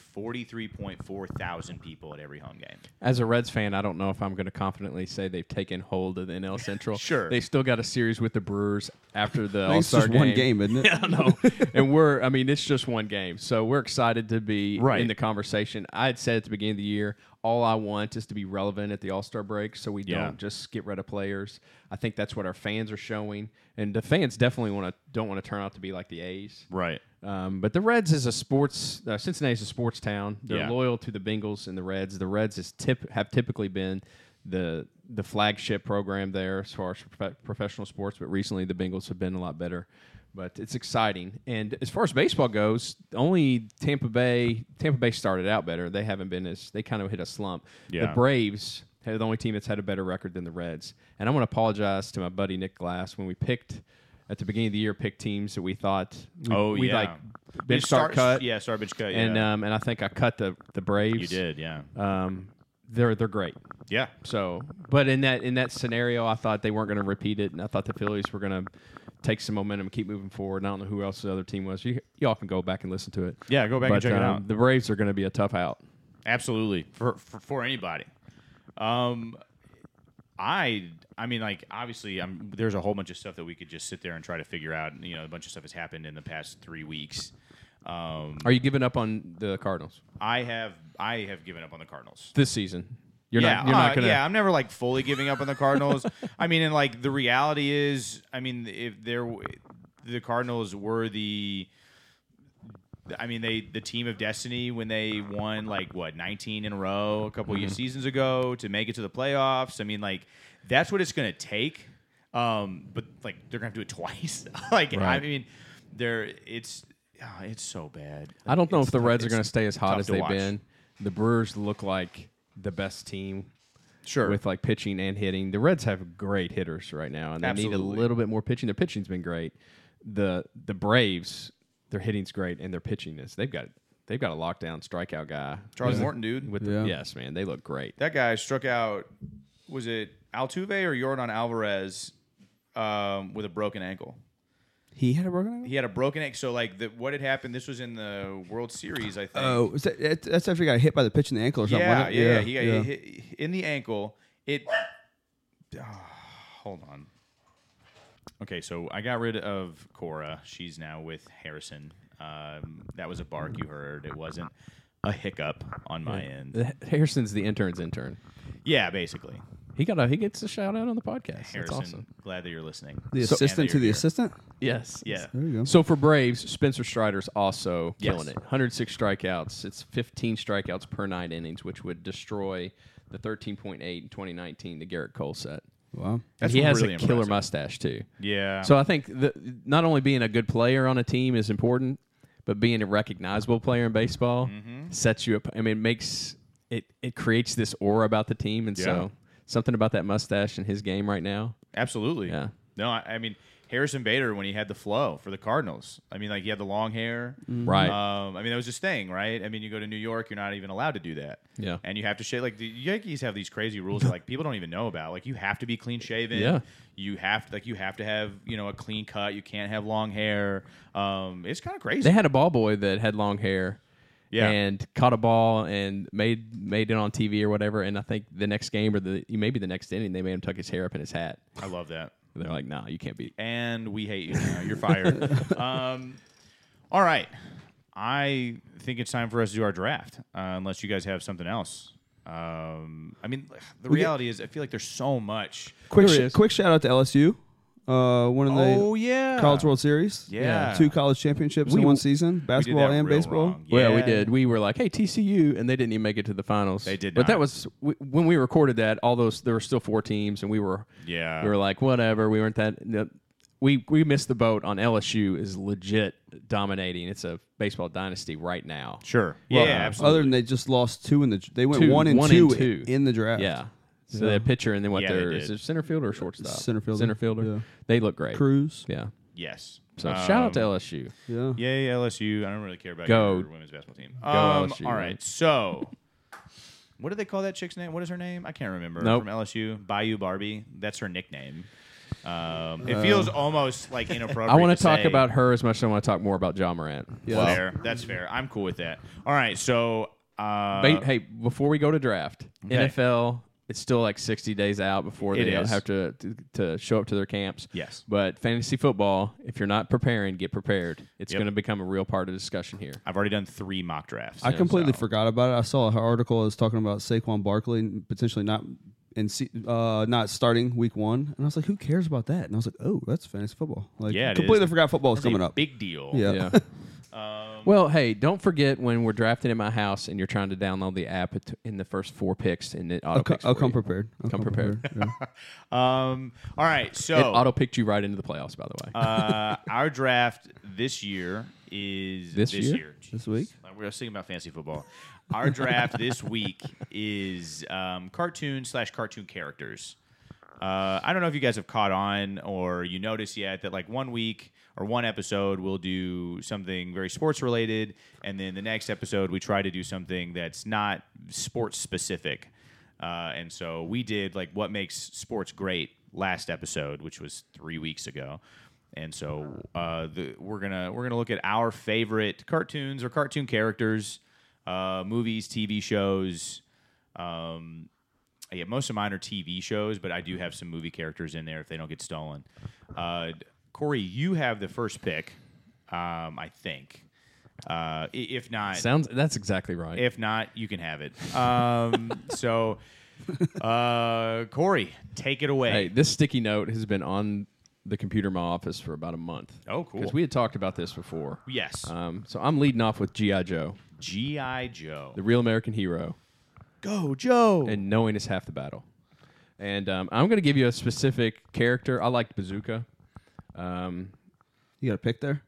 A: 43.4 thousand people at every home game.
C: As a Reds fan, I don't know if I'm going to confidently say they've taken hold of the NL Central.
A: [laughs] Sure.
C: They still got a series with the Brewers after the
B: I think
C: All
B: it's
C: Star
B: just
C: game.
B: one game,
A: [laughs]
B: isn't it?
C: I don't know. [laughs] and we're, I mean, it's just one game. So we're excited to be
A: Right.
C: in the conversation. I had said at the beginning of the year, all I want is to be relevant at the All Star break so we
A: Yeah.
C: don't just get rid of players. I think that's what our fans are showing. And the fans definitely want to don't want to turn out to be like the A's.
A: Right.
C: Um, but the Reds is a sports. Uh, Cincinnati's a sports town. They're
A: Yeah.
C: loyal to the Bengals and the Reds. The Reds is tip have typically been the the flagship program there as far as prof- professional sports. But recently, the Bengals have been a lot better. But it's exciting. And as far as baseball goes, only Tampa Bay. Tampa Bay started out better. They haven't been as they kind of hit a slump.
A: Yeah.
C: The Braves the only team that's had a better record than the Reds. And I want to apologize to my buddy Nick Glass when we picked at the beginning of the year picked teams that we thought we,
A: Oh
C: we
A: yeah.
C: like bench
A: Just
C: start cut
A: Yeah, start bench cut.
C: and
A: yeah.
C: um and I think I cut the the Braves.
A: you did. Yeah.
C: Um, they're they're great.
A: yeah.
C: So, but in that in that scenario, I thought they weren't going to repeat it, and I thought the Phillies were going to take some momentum, keep moving forward. And I don't know who else the other team was. You y'all can go back and listen to it.
A: Yeah, go back and
C: But,
A: check it
C: um,
A: out.
C: The Braves are going to be a tough out.
A: Absolutely. For for, for anybody. Um I I mean like obviously I'm there's a whole bunch of stuff that we could just sit there and try to figure out. You know, a bunch of stuff has happened in the past 3 weeks. Um
C: Are you giving up on the Cardinals
A: I have I have given up on the Cardinals.
C: this season? You're
A: yeah,
C: not. You're
A: uh,
C: not going to.
A: yeah, I'm never like fully giving up on the Cardinals. [laughs] I mean, and like the reality is, I mean, if there, w- the Cardinals were the, I mean, they the team of destiny when they won like what 19 in a row a couple
C: Mm-hmm.
A: of seasons ago to make it to the playoffs. I mean, like that's what it's going to take. Um, but like they're going to have to do it [laughs] twice. like I
C: Right.
A: mean, they're it's ah, it's so bad.
C: I don't know if the
A: tough-
C: Reds are
A: it's
C: going to stay as
A: tough
C: hot as
A: to
C: they've
A: watch.
C: been. The Brewers look like the best team
A: sure
C: with like pitching and hitting. The Reds have great hitters right now, and they need
A: Absolutely.
C: a little bit more pitching. Their pitching's been great. The the Braves, their hitting's great, and their pitching is they've got they've got a lockdown strikeout guy.
A: Charlie
C: With-
A: Morton, dude.
C: With
B: Yeah.
C: the, yes, man, they look great.
A: that guy struck out was it Altuve or Jordan Alvarez um, with a broken ankle.
B: He had a broken ankle.
A: He had a broken ankle. So like the, what had happened? This was in the World Series, I think.
B: Oh, is that, that- that's after he got hit by the pitch in the ankle or something.
A: yeah, yeah,
B: wasn't it?
A: yeah, He got hit in the ankle. It. Ah, hold on. Okay, so I got rid of Cora. She's now with Harrison. Um, that was a bark you heard. It wasn't a hiccup on my end.
C: The- Harrison's the intern's intern.
A: Yeah, basically.
C: He got a he gets a shout out on the podcast. That's
A: Harrison,
C: awesome.
A: glad that you're listening.
B: The
A: So-
B: assistant
A: and that
B: to the
A: you're here.
B: assistant.
C: Yes.
A: Yeah.
B: There you go.
C: So for Braves, Spencer Strider's also
A: Yes.
C: killing it. 106 strikeouts. It's 15 strikeouts per nine innings, which would destroy the 13.8 in 2019 the Garrett Cole set.
B: Wow.
A: That's
C: he has
A: really
C: a killer
A: impressive.
C: mustache too.
A: Yeah.
C: So I think the, not only being a good player on a team is important, but being a recognizable player in baseball
A: Mm-hmm.
C: sets you up. I mean, it makes it it creates this aura about the team, and
A: Yeah.
C: so something about that mustache in his game right now.
A: absolutely.
C: Yeah.
A: No, I, I mean Harrison Bader when he had the flow for the Cardinals. I mean, like he had the long hair.
C: Right.
A: Um, I mean, that was his thing, right? I mean, you go to New York, you're not even allowed to do that.
C: Yeah.
A: And you have to shave. Like the Yankees have these crazy rules that like people don't even know about. Like you have to be clean shaven.
C: Yeah.
A: You have to like you have to have you know a clean cut. You can't have long hair. Um, it's kind of crazy.
C: They had a ball boy that had long hair.
A: Yeah.
C: And caught a ball and made made it on TV or whatever. And I think the next game or the maybe the next inning they made him tuck his hair up in his hat.
A: I love that.
C: They're like, nah, you can't beat.
A: and we hate you now. You're
C: [laughs]
A: fired. um, all right. I think it's time for us to do our draft, uh, unless you guys have something else. Um, I mean, the reality is, I feel like there's so much.
B: Quick,
C: There he
B: sh-
C: is.
B: quick shout out to LSU. Uh, one of the
A: Oh, yeah.
B: college World Series.
A: Yeah.
B: Two college championships in
C: We-
B: one season,
A: We did
B: basketball
A: that
B: and
A: real
B: baseball.
A: wrong.
C: Well, we
A: Yeah.
C: did. We were like, hey, TCU, and they didn't even make it to the finals.
A: They did
C: But that
A: not.
C: was we, when we recorded that. All those there were still four teams, and we were
A: Yeah.
C: we were like, whatever. We weren't that. no, we we missed the boat on LSU is legit dominating. It's a baseball dynasty right now.
A: Sure.
C: Well,
A: yeah,
C: uh,
A: absolutely.
B: Other than they just lost two in the, they went
C: Two-
B: one and
C: one
B: two,
C: and two.
B: in the draft.
C: Yeah. So they had pitcher and then what
A: Yeah, they
C: their
A: did.
C: is it center fielder or shortstop?
B: Center fielder.
C: Center fielder.
B: Yeah.
C: They look great.
B: Cruz.
C: Yeah.
A: yes.
C: So shout out to
A: Um,
C: LSU.
B: Yeah.
A: Yay, LSU. I don't really care about
C: Go.
A: your women's basketball team. Um,
C: LSU,
A: all
C: man.
A: right. So, what do they call that chick's name? What is her name? I can't remember.
C: Nope.
A: From LSU, Bayou Barbie. That's her nickname. Um, it feels almost like inappropriate.
C: Uh, I want
A: to
C: to talk
A: say.
C: about her as much as I want to talk more about John Morant.
B: Yeah.
C: Well,
A: Fair. That's fair. I'm cool with that. All right. So, uh,
C: ba- hey, before we go to draft,
A: Okay.
C: NFL, it's still like 60 days out before
A: It
C: they
A: is.
C: have to, to to show up to their camps.
A: Yes.
C: But fantasy football, if you're not preparing, get prepared. It's
A: Yep.
C: going to become a real part of discussion here.
A: I've already done three mock drafts.
B: I completely
A: So-
B: forgot about it. I saw an article that was talking about Saquon Barkley potentially not in se- uh, not starting week one, and I was like, "Who cares about that?" And I was like, "Oh, that's fantasy football." Like,
A: Yeah, it
B: completely
A: is.
B: forgot football was
A: That's a
B: coming up.
A: Big deal.
B: yeah.
C: Yeah. [laughs]
A: Um,
C: well, hey, don't forget when we're drafting in my house and you're trying to download the app at- in the first four picks and it auto
B: I'll, co-
C: picks.
B: I'll
C: for
B: come
C: you.
B: prepared. I'll
C: Come prepared.
B: yeah.
A: Um. All right. So
C: It auto picked you right into the playoffs, [laughs] by the way.
A: uh, our draft this year is
C: This year?
B: This week?
A: Like, talking. I was thinking about fantasy football. Our draft this week is um, cartoon slash cartoon characters. Uh, I don't know if you guys have caught on or you noticed yet that like one week or one episode we'll do something very sports related, and then the next episode we try to do something that's not sports specific. Uh, and so we did like what makes sports great last episode, which was three weeks ago. And so uh, the, we're gonna we're gonna look at our favorite cartoons or cartoon characters, uh, movies, TV shows. Um, yeah, most of mine are TV shows, but I do have some movie characters in there if they don't get stolen. Uh, Corey, you have the first pick, um, I think. Uh, i- if not,
C: Sounds that's exactly right.
A: if not, you can have it. Um, [laughs] so, uh, Corey, take it away.
C: Hey, this sticky note has been on the computer in my office for about a month.
A: Oh, cool.
C: Because we had talked about this before.
A: yes,
C: Um, so I'm leading off with G.I. Joe,
A: GI Joe.
C: the real American hero,
A: Go Joe.
C: and knowing is half the battle. And um, I'm going to give you a specific character. I liked Bazooka. Um,
B: You got a pic there?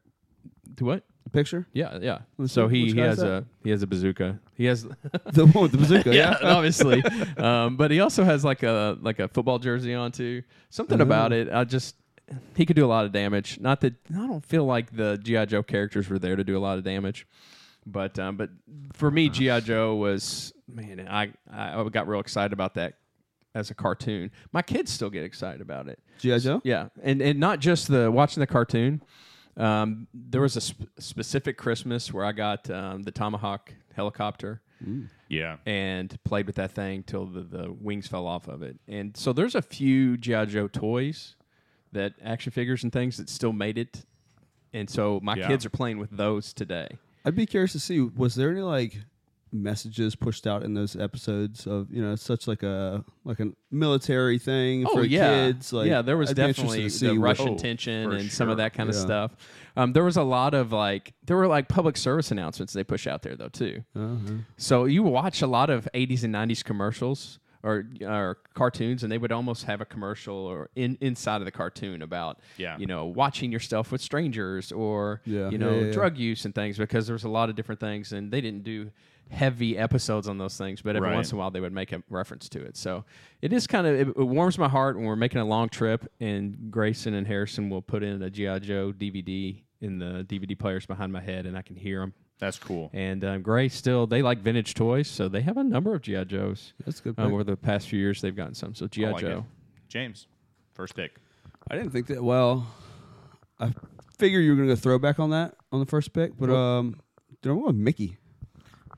C: to what?
B: A picture? [laughs]
C: Yeah, yeah.
B: Which-
C: so he,
B: which
C: he
B: guy's
C: has
B: that?
C: a he has a bazooka. He has
B: The one with the bazooka.
C: [laughs] yeah, obviously. Um, but he also has like a like a football jersey on too. Something about it. I just he could do a lot of damage. Not that I don't feel like the GI Joe characters were there to do a lot of damage. But um, but for me, GI Joe was man. I I got real excited about that as a cartoon. My kids still get excited about it.
B: G.I. Joe?
C: Yeah, and and not just the watching the cartoon. Um, there was a sp- specific Christmas where I got um, the Tomahawk helicopter
A: Yeah.
C: and played with that thing till the, the wings fell off of it. And so there's a few GI Joe toys that action figures and things that still made it. And so my
A: Yeah.
C: kids are playing with those today.
B: I'd be curious to see was there any like messages pushed out in those episodes of you know such like a like a military thing for kids like
C: Oh, yeah, there was
B: I'd be interested
C: definitely
B: to see
C: the
B: what-
C: Russian
A: Oh,
C: tension
A: for
C: and some of
A: sure.
C: that kind of
B: Yeah.
C: stuff. Um, there was a lot of like there were like public service announcements they push out there though too.
B: Uh-huh.
C: So you watch a lot of 80s and 90s commercials or, or cartoons, and they would almost have a commercial or in, inside of the cartoon about,
A: Yeah.
C: you know, watching your stuff with strangers or,
B: Yeah.
C: you know,
B: Yeah, yeah, yeah.
C: drug use and things because there's a lot of different things, and they didn't do heavy episodes on those things, but every
A: Right.
C: once in a while they would make a reference to it. So it is kind of, it, it warms my heart when we're making a long trip, and Grayson and Harrison will put in a G.I. Joe DVD in the DVD players behind my head, and I can hear them.
A: That's cool.
C: And um, Gray still they like vintage toys, so they have a number of GI Joes.
B: That's a good
C: Um,
B: pick.
C: over the past few years, they've gotten some. So GI
A: I like
C: Joe,
A: it. James, first pick.
B: I didn't think that well I figure you were gonna go throwback on that on the first pick but um dude, I'm going with Mickey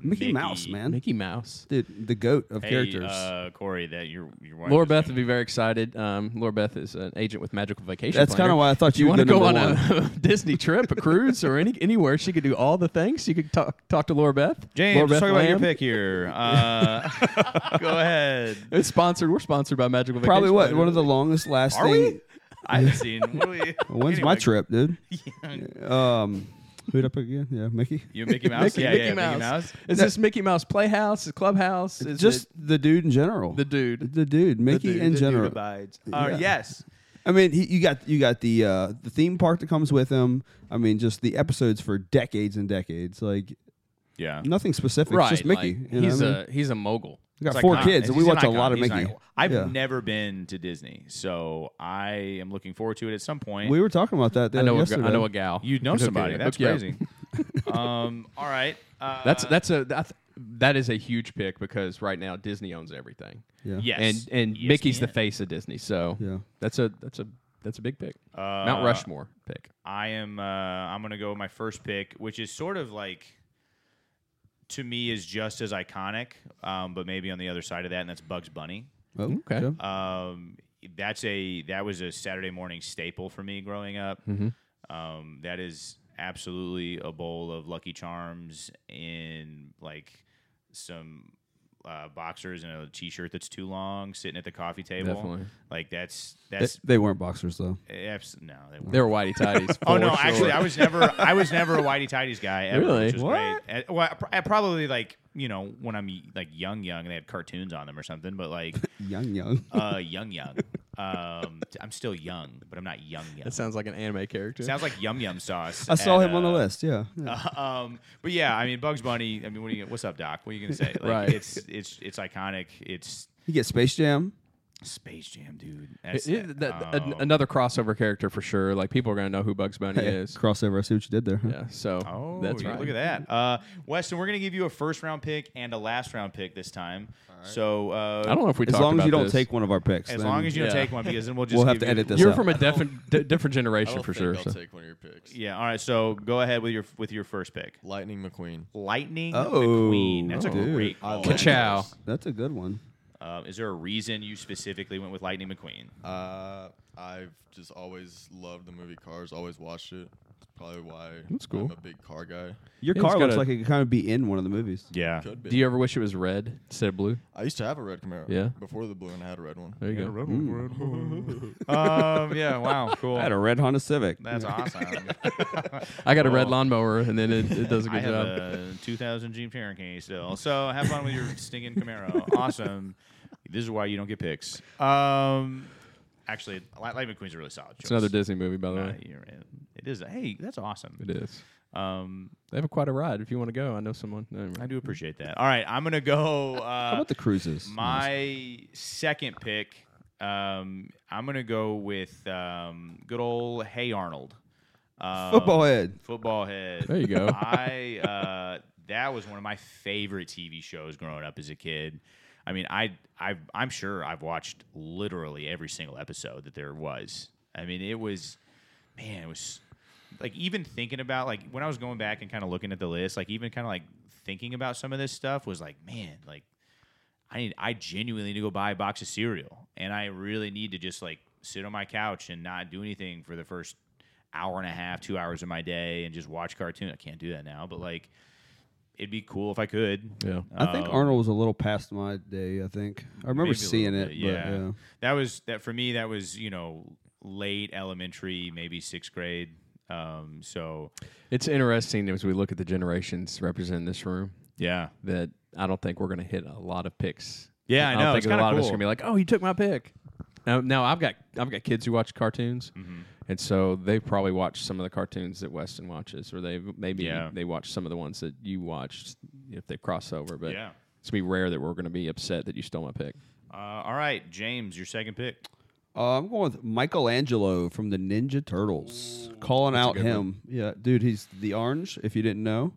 B: Mickey,
A: Mickey.
B: Mouse man
C: Mickey Mouse.
B: dude the goat of characters
A: Hey, uh, Corey, that your your wife.
C: Laura
A: is
C: Beth
A: gonna-
C: would be very excited. Um, Laura Beth is an agent with Magical Vacation.
B: That's
C: Planner.
B: kinda why I thought
C: If
B: you
C: want to
B: would be
C: go on
B: number
C: [laughs] a Disney trip, a cruise, or any anywhere. She could do all the things. You could talk talk to Laura Beth.
A: James,
C: Laura
A: let's
C: Beth
A: talk about your
C: Lamb.
A: pick here. Uh, [laughs] go ahead.
C: It's sponsored. We're sponsored by Magical Vacation.
B: probably what
C: Planner.
B: one of the longest lasting
A: Are we? I haven't seen. [laughs] What are we?
B: when's
A: anyway,
B: my trip
C: [laughs]
B: dude um who'd I pick again yeah Mickey
A: You
B: [laughs]
A: Mickey Mouse?
C: Mickey,
A: yeah,
C: Mickey
A: yeah,
C: Mouse.
A: Mickey Mouse.
C: Is this Mickey Mouse Playhouse? Is Clubhouse? Is
B: just
C: it
B: the dude in general
C: the dude.
B: the dude Mickey
C: dude,
B: in
C: the dude
B: general
A: abides.
B: Uh, Yeah.
A: Yes.
B: I mean, he, you got you got the uh, the theme park that comes with him. I mean, just the episodes for decades and decades. Like
A: Yeah.
B: nothing specific,
C: Right,
B: just Mickey.
C: like,
B: you know
C: he's
B: what I mean? Uh,
C: a he's a mogul.
B: We got
A: It's
B: four
A: iconic.
B: kids, and we
A: He's an
B: watch a lot of
A: icon. He's an
B: Mickey.
A: icon. I've
B: Yeah.
A: never been to Disney, so I am looking forward to it at some point.
B: We were talking about that. The
C: I know a,
B: yesterday.
C: I know a gal.
A: you know
C: Hook you
A: somebody.
C: up.
A: That's
C: Hook you up.
A: crazy. um, all
B: [laughs]
A: right. Uh,
C: That's that's a that's, that is a huge pick because right now Disney owns everything.
B: Yeah.
A: Uh, yes. E
C: And and
A: Yes,
C: Mickey's the
A: man.
C: face of Disney, so
B: Yeah.
C: that's a that's a that's a big pick.
A: Uh,
C: Mount Rushmore pick.
A: I am. Uh, I'm gonna go with my first pick, which is sort of like to me is just as iconic, um, but maybe on the other side of that, and that's Bugs Bunny.
B: Oh,
C: Okay.
A: Um, that's a that was a Saturday morning staple for me growing up. Um, that is absolutely a bowl of Lucky Charms in like some uh, boxers and a t-shirt that's too long, sitting at the coffee table.
C: Definitely.
A: Like that's
B: They,
A: that's
B: they weren't boxers though.
A: abs- no. They weren't.
C: They're whitey tidies.
A: [laughs] Oh
C: for
A: no!
C: sure.
A: Actually,
B: [laughs]
A: I was never I was never a whitey tidies guy. Ever,
C: Really?
A: Which was
C: What?
A: Great. And- well, I, pr- I probably like you know
C: [laughs]
A: when I'm like young, young, and they had cartoons on them or something. But like
C: Oh,
B: Young, young.
A: uh, young, young. Um, t- I'm still young, but I'm not young yet.
C: That sounds like an anime character.
A: Sounds like yum yum sauce.
B: [laughs] I saw
A: at,
B: him on the
A: uh, [laughs]
B: list. Yeah. yeah.
A: um, but yeah, I mean Bugs Bunny. I mean, what are you? What's up, Doc? What are you gonna say? Like,
C: Right.
A: It's it's it's iconic. It's
B: you get Space Jam.
A: Space Jam, dude.
C: It-
A: That's-
C: it- that- an-
A: um,
C: another crossover character for sure. Like people are gonna know who Bugs Bunny is.
B: Crossover. I see what you did there. huh?
C: Yeah. So
A: Oh,
C: that's
A: you-
C: right.
A: Look at that, uh, Weston. We're gonna give you a first round pick and a last round pick this time. So uh,
C: I don't know if we
B: As
C: talked
B: long as
C: about
B: you don't
C: this.
B: take one of our picks.
A: As
B: then-
A: long as you don't
C: Yeah.
A: take one, because then we'll just
B: We'll have
A: give
B: to
A: you-
B: edit this
C: You're
B: out.
C: from a
B: [laughs]
C: different di- different
D: I
C: generation
D: don't
C: for
D: think
C: sure.
D: I'll
C: so.
D: take one of your
A: [laughs]
D: picks.
A: Yeah. All right. So go ahead with your with your first pick.
D: Lightning McQueen.
A: Lightning
B: Oh,
A: McQueen. That's a
B: dude.
A: great.
D: I
A: call.
D: like
C: Ka-chow.
D: those.
B: That's a good one.
A: Um, is there a reason you specifically went with Lightning McQueen?
D: Uh, I've just always loved the movie Cars. Always watched it. It's probably why
C: That's cool.
D: I'm a big car guy.
B: Your
C: Yeah, it's
B: car
C: got
B: looks
C: a-
B: like it could kind of be in one of the movies.
A: Yeah.
D: Could be.
C: Do you ever wish it was red instead of blue?
D: I used to have a red Camaro.
C: Yeah.
D: Before the blue one, I had a red one.
C: There you go.
A: um, yeah. Wow. Cool.
B: I had a red Honda Civic. [laughs]
A: That's awesome.
C: I got a red
A: Well,
C: lawnmower, and then it, it does a
A: Oh. [laughs] I
C: good
A: have
C: job.
A: a 2000 Jeep Cherokee still. So have fun with
C: [laughs]
A: your stinking Camaro. Awesome. This is why you don't get picks. Um, actually, Light Light McQueen's a really solid choice.
C: it's another Disney movie, by the
A: Uh,
C: way.
A: you're right. It is. Hey, that's awesome.
C: It is.
A: Um,
C: They have quite a ride. If you want to go, I know someone. No, never
A: I
C: mind.
A: do appreciate that. All right, I'm gonna go. Uh,
B: How about the cruises?
A: My second pick, um, I'm gonna go with um, good old Hey
C: [laughs]
A: Arnold. Um,
B: Football head.
A: Football head.
C: There you go.
A: [laughs] I uh, that was one of my favorite TV shows growing up as a kid. I mean, I I I'm sure I've watched literally every single episode that there was. I mean, it was man, it was like even thinking about like when I was going back and kind of looking at the list, like even kind of like thinking about some of this stuff was like, man, like I need I genuinely need to go buy a box of cereal and I really need to just like sit on my couch and not do anything for the first hour and a half, 2 hours of my day and just watch cartoon. I can't do that now, but like it'd be cool if I could.
C: Yeah.
B: I think
A: Um,
B: Arnold was a little past my day. I think I remember
A: maybe a
B: seeing
A: little bit,
B: it. But, yeah.
A: that was that for me. That was you know late elementary, maybe sixth grade. Um, so
C: It's interesting as we look at the generations representing this room
A: yeah,
C: that I don't think we're going to hit a lot of picks.
A: Yeah, I
C: don't
A: know.
C: think
A: It's
C: a
A: kinda
C: lot of us are
A: cool.
C: going to be like, "Oh, you took my pick." Now, now I've got I've got kids who watch cartoons,
A: Mm-hmm.
C: and so they've probably watched some of the cartoons that Weston watches, or they maybe
A: Yeah.
C: they watch some of the ones that you watched if they cross over. But
A: Yeah.
C: it's gonna be rare that we're going to be upset that you stole my pick.
A: uh, all right, James, your second pick.
B: Uh, I'm going with Michelangelo from the Ninja Turtles. Calling out
C: good
B: him. Yeah, dude, he's the orange. If you didn't know,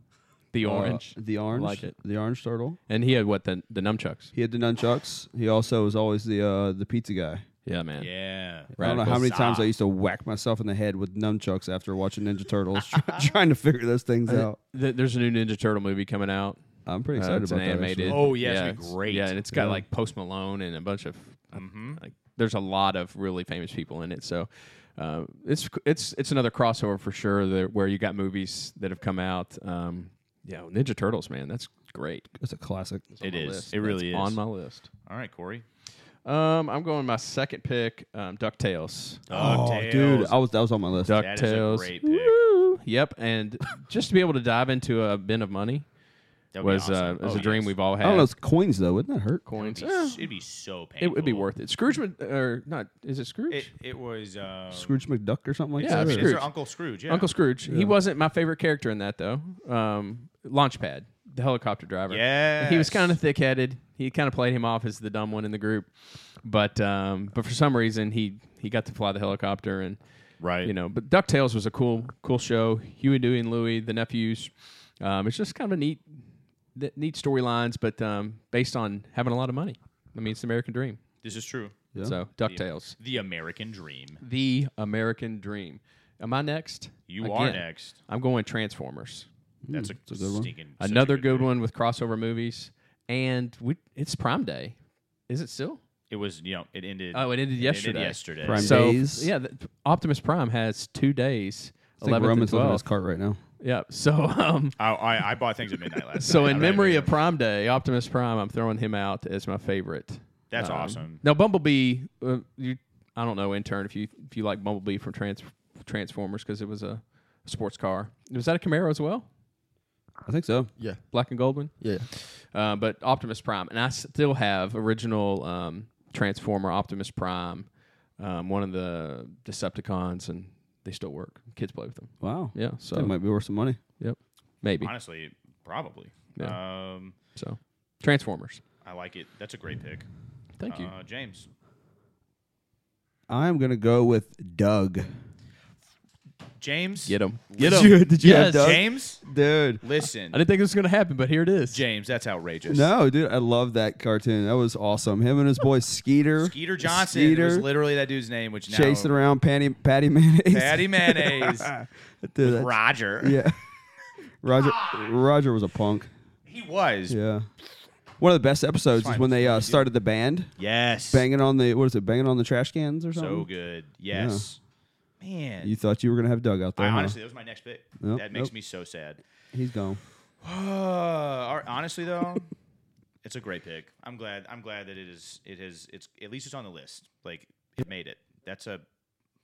C: The
B: Uh,
C: orange,
B: the orange,
C: like it.
B: the orange turtle.
C: and he had what the the nunchucks.
B: He had the nunchucks. He also was always the uh, the pizza guy.
C: Yeah, man.
A: Yeah,
B: I don't know how
C: Radical
B: many times I
A: Zah.
B: used to whack myself in the head with nunchucks after watching
A: [laughs]
B: Ninja Turtles, [laughs] try- trying to figure those things out.
C: Th- there's a new Ninja Turtle movie coming out.
B: I'm pretty
C: Uh,
B: excited
C: it's
B: about
C: an
B: that.
C: animated.
B: actually.
A: Oh, yeah, it's gonna be
C: it's-
A: great. Mm-hmm.
C: Yeah, and it's got
B: Yeah.
C: like Post Malone and a bunch of uh, like. There's a lot of really famous people in it, so uh, it's it's it's another crossover for sure. That, where you got movies that have come out. Um, yeah, Ninja Turtles, man, that's great.
B: It's a classic.
A: It
C: On my
A: is.
C: list.
A: It really
C: That's
A: is.
C: on my list.
A: All right, Corey.
C: Um, I'm going my second pick, um, Ducktales.
A: DuckTales.
B: Oh, dude, I was that was on my list.
A: that is a
C: Ducktales.
A: great pick.
C: Woo! Yep, and just to be able to dive into a bin of money
A: That'd be
C: was
A: awesome.
C: uh, was
A: Oh,
C: a dream
A: yes.
C: we've all
B: I
C: had.
B: don't know. It's coins though. Wouldn't that hurt?
A: It'd
C: coins.
A: be,
C: Eh.
A: s- it'd be so painful.
C: It would be worth it. Scrooge Mc- or not? Is it Scrooge?
A: It it was um,
B: Scrooge McDuck or something like
C: Yeah,
A: I
B: that.
A: mean,
C: Scrooge.
A: it's their Uncle Scrooge. Yeah.
C: Uncle Scrooge. He wasn't my favorite character in that though. Um, Launchpad, the helicopter driver. he was
A: Yes.
C: kind of thick-headed. He kind of played him off as the dumb one in the group, but um, but for some reason he he got to fly the helicopter and
A: Right.
C: you know. But Ducktales was a cool cool show. Huey, Dewey, and Louie, the nephews. Um, it's just kind of a neat th- neat storylines, but um, based on having a lot of money. I mean, it's the American dream.
A: This is true.
B: Yeah.
C: So Ducktales.
A: The American Dream.
C: The American Dream. Am I next?
A: You are
C: Again, Hmm,
A: next.
C: I'm going Transformers.
A: That's a,
B: a good one.
A: stinking such a
C: Another good,
A: good pick.
C: one with crossover movies. And we it's Prime Day. Is it still?
A: It was you know it ended.
C: Oh, it ended yesterday.
A: yesterday.
B: Prime
C: so
B: days.
C: yeah, the, Optimus Prime has two days.
B: I think
C: 11th and
B: Roman's looking at his
C: 12th.
B: cart right now.
C: Yeah. So [laughs] um
A: I, I, I bought things at midnight last.
C: [laughs] so
A: night. I
C: in
A: don't
C: memory
A: even-
C: of Prime Day, Optimus Prime, I'm throwing him out as my favorite.
A: That's awesome.
C: Now Bumblebee, uh, you I don't know intern if you if you like Bumblebee from Trans, Transformers because it was a sports car. Was that a Camaro as well?
B: I think so.
D: Yeah.
C: Black and Goldwyn.
D: Yeah.
C: Uh, but Optimus Prime, and I still have original um, Transformer Optimus Prime um, one of the Decepticons, and they still work. Kids play with them.
B: Wow.
C: Yeah,
B: So
C: so
B: it might be worth some money.
C: yep, maybe
A: Honestly, probably. Um,
C: so. Transformers.
A: I like it. That's a great pick.
C: Thank you.
A: Uh, James.
B: I'm gonna go with Doug.
A: James. [laughs]
C: Get them.
B: [laughs]
A: Get him.
B: Did you- did you have Doug?
A: James.
B: Dude.
A: Listen,
C: I didn't think this was gonna happen, but here it is.
A: James. That's outrageous.
B: No, dude, I love that cartoon. That was awesome. Him and his boy Skeeter.
A: Skeeter Johnson
B: Skeeter
A: was literally that dude's name, which now
B: chasing around Patty Patty Mayonnaise.
A: Patty
B: [laughs]
A: Mayonnaise,
B: Dude, that's-
A: Roger.
B: Yeah. Roger Roger was a punk.
A: He was.
B: Yeah. One of the best episodes is
A: fine.
B: when they
A: Yeah,
B: uh,
A: dude.
B: started the band
A: Yes.
B: banging on the what is it banging on the trash cans or something.
A: So good. Yes. Man.
B: You thought you were gonna have Doug out there.
A: I
B: huh?
A: honestly, that was my next pick.
B: Nope,
A: that makes
B: nope.
A: me so sad.
B: He's gone.
A: [sighs] all right, honestly, though, it's a great pick. I'm glad. I'm glad that it is. It has. It's at least it's on the list. Like it made it. That's a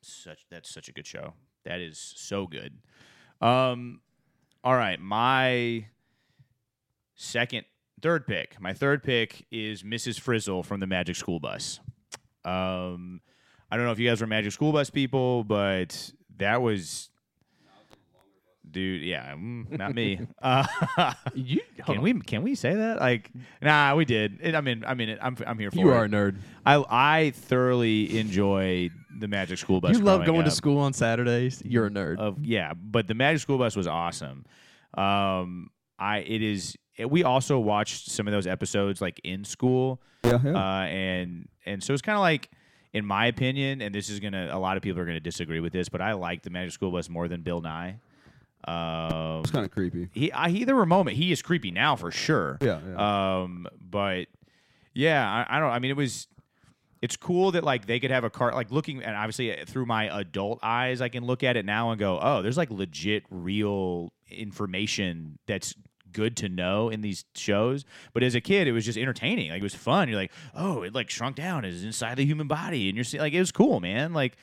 A: such. That's such a good show. That is so good. Um, all right, my second, third pick. My third pick is Mrs. Frizzle from the Magic School Bus. Um, I don't know if you guys were Magic School Bus people, but that was. Dude, yeah, mm, not me. [laughs] Uh,
C: You,
A: can we can we say that? Like, nah, we did. It, I mean, I mean, it, I'm I'm here for
C: You
A: it.
C: are a nerd.
A: I I thoroughly enjoy the Magic School Bus.
C: you love
A: growing
C: going to
A: up. Oh,
C: school on Saturdays. You're a nerd.
A: Of yeah, but the Magic School Bus was awesome. Um, I it is. It, we also watched some of those episodes like in school,
B: Yeah, yeah.
A: uh, and and so it's kind of like. In my opinion, and this is gonna, a lot of people are gonna disagree with this, but I like the Magic School Bus more than Bill Nye. Um,
B: it's kind of creepy.
A: he I, he- there were a moment he is creepy now for sure.
B: Yeah,
A: Um, but yeah, I, I don't. I mean, it was. It's cool that like they could have a cart like looking and obviously uh, through my adult eyes I can look at it now and go oh there's like legit real information that's good to know in these shows but as a kid it was just entertaining like it was fun you're like oh it like shrunk down is inside the human body and you're see- like it was cool man like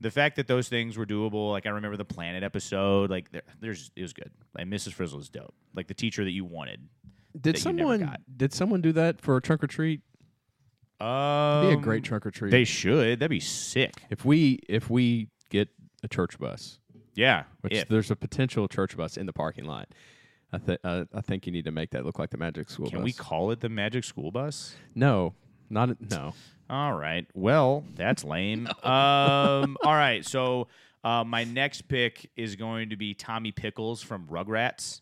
A: the fact that those things were doable, like I remember the planet episode, like there, there's it was good. Like Mrs. Frizzle is dope. Like the teacher that you wanted.
C: did
A: that you never
C: someone
A: got.
C: did someone do that for a trunk or treat?
A: Um,
C: Be a great trunk or treat.
A: They should. That'd be sick.
C: if we if we get a church bus,
A: Yeah.
C: which
A: if.
C: there's a potential church bus in the parking lot. I think uh, I think you need to make that look like the magic school
A: Can
C: bus.
A: we call it the Magic School Bus?
C: no, not no.
A: All right. Well,
C: [laughs]
A: that's lame. um, all right. So uh, my next pick is going to be Tommy Pickles from Rugrats.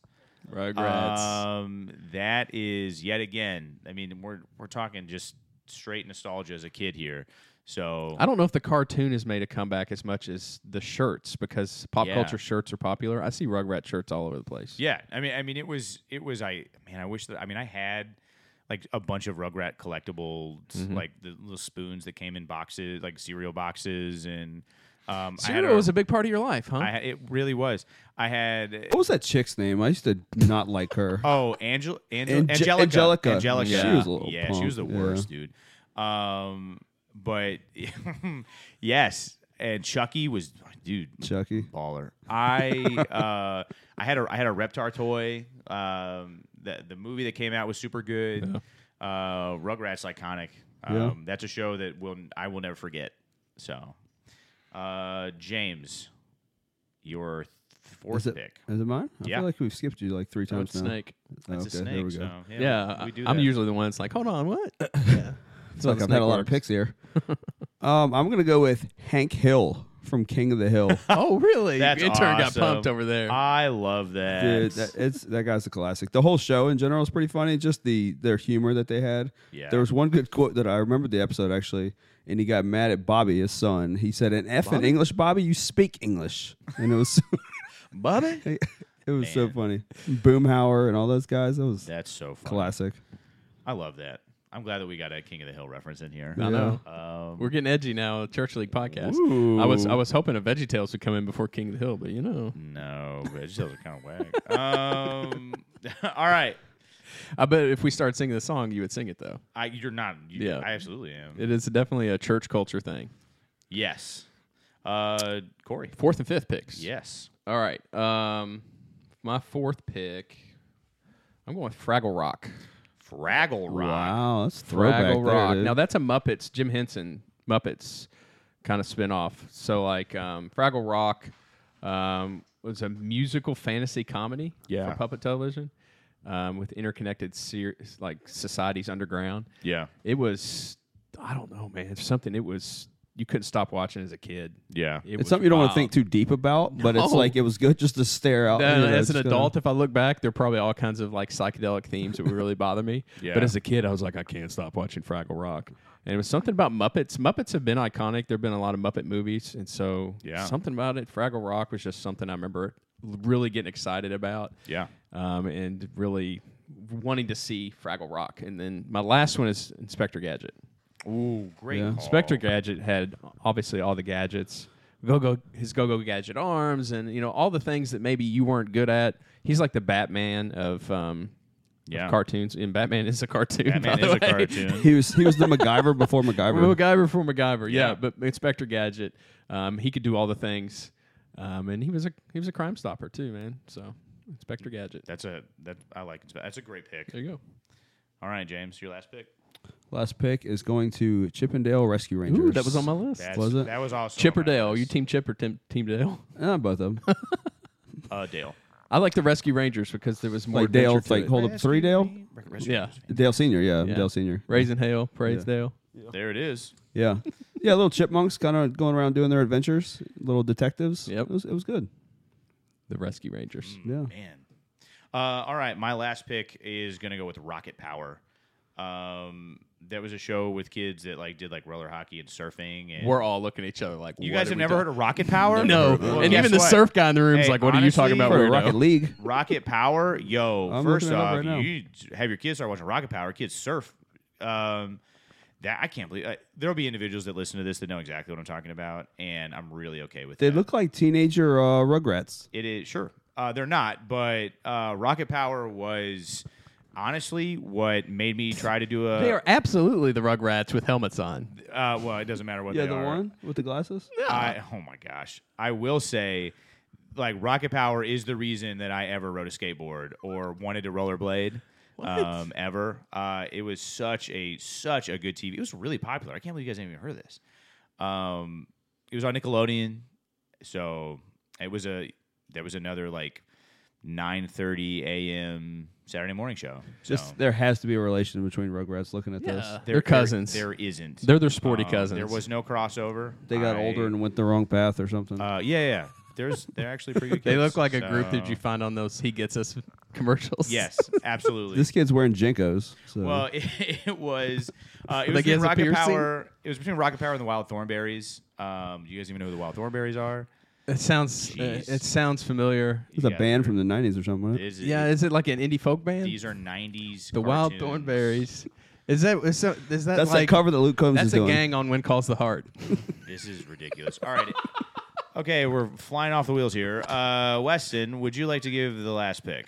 C: Uh,
A: Um, that is yet again. I mean, we're we're talking just straight nostalgia as a kid here. So
C: I don't know if the cartoon has made a comeback as much as the shirts because pop
A: Yeah.
C: culture shirts are popular. I see Rugrat shirts all over the place.
A: Yeah, I mean, I mean, it was, it was. I man, I wish that. I mean, I had like a bunch of Rugrat collectibles,
B: Mm-hmm.
A: like the little spoons that came in boxes, like cereal boxes, and um, I had
C: Cereal was a big part of your life, huh?
A: I had, it really was. I had
B: What was that chick's name? I used to not like her.
A: oh, Angel, Angel
B: Ange-
A: Angelica,
B: Angelica.
A: Angelica.
B: Yeah. She was a little
A: yeah, she
B: punk,
A: was the
B: yeah.
A: worst, dude. Um, but [laughs] yes, and Chucky was, dude,
B: Chucky.
A: baller.
B: [laughs]
A: I uh, I had a I had a Reptar toy. Um, the the movie that came out was super good. Uh, Rugrats iconic. Um,
B: Yeah.
A: That's a show that will I will never forget. So, uh, James, your th- fourth
B: Is it,
A: pick.
B: is it mine? I
A: Yeah.
B: feel like we've skipped you like three
C: Oh,
B: times
C: it's
B: now.
C: snake.
B: Oh,
A: It's
B: okay,
A: a
B: there
A: snake.
B: we go.
A: So, yeah, we-
C: Yeah,
A: we, do.
C: I'm
A: that.
C: usually the one that's like, hold on, what? [laughs] yeah.
B: It's like I've had a lot of picks here. [laughs] um, I'm gonna go with Hank Hill from King of the Hill.
C: Oh,
A: [laughs]
C: really?
A: That's
C: Intern got
A: awesome.
C: pumped over there.
A: I love that.
B: Dude, that, it's that guy's a classic. The whole show in general is pretty funny. Just the their humor that they had.
A: Yeah.
B: There was one good quote that I remembered the episode actually, and he got mad at Bobby, his son. He said, "An F in English, Bobby. You speak English." And it
C: [laughs]
B: was,
A: Bobby.
B: [laughs] it was so funny. Boomhauer and all those guys. That was
A: That's so funny.
B: classic.
A: I love that. I'm glad that we got a King of the Hill reference in here.
C: I know.
A: Um,
C: We're getting edgy now. Church League podcast. I was I was hoping a Veggie Tales would come in before King of the Hill, but you know,
A: Mm. No, vegetables are kind of whack. [laughs] Um, all right,
C: I bet if we start singing the song, you would sing it though.
A: I you're not. You,
C: Yeah.
A: I absolutely am.
C: It is definitely a church culture thing.
A: Yes, uh, Corey.
C: Fourth and fifth picks.
A: Yes,
C: All right. Um, my fourth pick. I'm going with Fraggle Rock.
A: Fraggle Rock.
B: Wow, that's a
C: Fraggle
B: throwback. There it
C: Rock.
B: is.
C: Now that's a Muppets. Jim Henson Muppets kind of spin off. So like um, Fraggle Rock um, was a musical fantasy comedy
A: Yeah.
C: for Puppet Television um, with interconnected ser- like societies underground.
A: Yeah.
C: It was I don't know, man, something it was you couldn't stop watching as a kid.
A: Yeah.
C: It was
B: it's something you don't want
C: wild.
B: to think too deep about, but it's
C: No.
B: like it was good just to stare out.
C: Uh,
B: you know,
C: as an
B: just kinda-
C: adult, if I look back, there are probably all kinds of like psychedelic themes that would really
A: [laughs]
C: bother me.
A: Yeah.
C: But as a kid, I was like, I can't stop watching Fraggle Rock. And it was something about Muppets. Muppets have been iconic. There have been a lot of Muppet movies. And so
A: Yeah.
C: something about it, Fraggle Rock was just something I remember really getting excited about
A: Yeah.
C: um, and really wanting to see Fraggle Rock. And then my last one is Inspector Gadget.
A: Ooh, great. call.
B: Yeah.
C: Inspector Gadget had obviously all the gadgets, go go his go go gadget arms, and you know all the things that maybe you weren't good at. He's like the Batman of, um, of
A: Yeah.
C: cartoons, and Batman is a cartoon.
A: Batman
C: by the
A: is a
C: way. [laughs]
A: cartoon.
B: he was he was the MacGyver before MacGyver.
C: MacGyver for MacGyver, yeah.
A: Yeah.
C: But Inspector Gadget, um, he could do all the things, um, and he was a he was a crime stopper too, man. So Inspector Gadget,
A: That's a that I like. it. That's a great pick.
C: there you go.
A: All right, James, your last pick.
B: Last pick is going to Chippendale Rescue Rangers.
C: Ooh, that was on my list.
A: That's,
B: Was it?
A: That was awesome.
C: Chipperdale, are you Team Chip or Tim, Team Dale? [laughs]
B: Uh, both of them.
A: Uh, Dale.
C: I like the Rescue Rangers because there was more
B: like Dale,
C: adventure to
B: like
C: it.
B: hold up three Dale,
C: yeah.
B: Dale Senior, yeah,
C: Yeah.
B: Dale Senior,
C: Raising Hell, Praise
B: Yeah.
C: Dale.
A: There it is.
C: [laughs]
B: yeah, yeah. Little chipmunks kind of going around doing their adventures, little detectives.
C: Yep.
B: it was, it was good.
C: The Rescue Rangers.
A: Mm,
B: Yeah,
A: Man. Uh, all right, my last pick is gonna go with Rocket Power. Um, that was a show with kids that like did like roller hockey and surfing. And
C: We're all looking at each other like,
A: you guys have never heard of [laughs] Rocket Power?
C: No,
A: Well,
C: and
A: guess
C: even the
A: what?
C: surf guy in the room's
A: Hey,
C: like, "What are you talking about,
A: honestly,
B: For
A: For
B: a
A: a
B: Rocket
C: weirdo?"
B: League.
A: Rocket Power, yo.
B: I'm
A: first
B: looking it up
A: off,
B: right now.
A: you have your kids start watching Rocket Power. Kids surf. Um, that I can't believe. I, there'll be individuals that listen to this that know exactly what I'm talking about, and I'm really okay with.
B: They
A: that.
B: look like teenager uh, Rugrats.
A: It is sure. Uh, they're not, but uh, Rocket Power was honestly what made me try to do a.
C: They are absolutely the Rugrats with helmets on.
A: uh, well, it doesn't
C: Oh,
A: matter what
B: Yeah,
A: they
B: the
A: are.
B: one with the glasses.
A: I, oh my gosh! I will say, like Rocket Power is the reason that I ever rode a skateboard or wanted to rollerblade. Um, ever. Uh, it was such a such a good TV. It was really popular. I can't believe you guys haven't even heard of this. Um, it was on Nickelodeon, so it was a there was another like 9:30 a.m. Saturday morning show. So
B: Just there has to be a relation between Rugrats. Looking
A: uh,
B: at this,
C: They're cousins.
A: There, there isn't.
C: They're their sporty
A: Um,
C: cousins.
A: There was no crossover.
B: they got
A: I-
B: older and went the wrong path or something.
A: uh, yeah, yeah. There's they're actually pretty good.
C: [laughs] They
A: kids,
C: look like a group that
A: so-
C: you find on those "He Gets Us" [laughs] commercials. [laughs]
A: Yes, absolutely.
B: this kid's wearing Jenkos. So.
A: well, it, [laughs] it was uh, it was
C: Like he
A: between
C: has a
A: Rocket
C: piercing?
A: Power. It was between Rocket Power and the Wild Thornberries. Um, do you guys even know who the Wild Thornberries are?
C: it sounds uh,
A: Jeez.
C: it sounds familiar.
B: It's a
A: Yeah,
B: band
A: they're-
B: from the '90s or something. Right?
A: Is it-
C: Yeah, is it like an indie folk band?
A: these are '90s.
C: the Wild
A: cartoons.
C: Thornberries. Is that is, that- is that
B: That's that
C: like
B: cover that Luke Combs
C: that's
B: is
C: a
B: doing.
C: gang on When Calls the Heart?
A: This is ridiculous. All right. Okay, we're flying off the wheels here. Uh, Weston, would you like to give the last pick?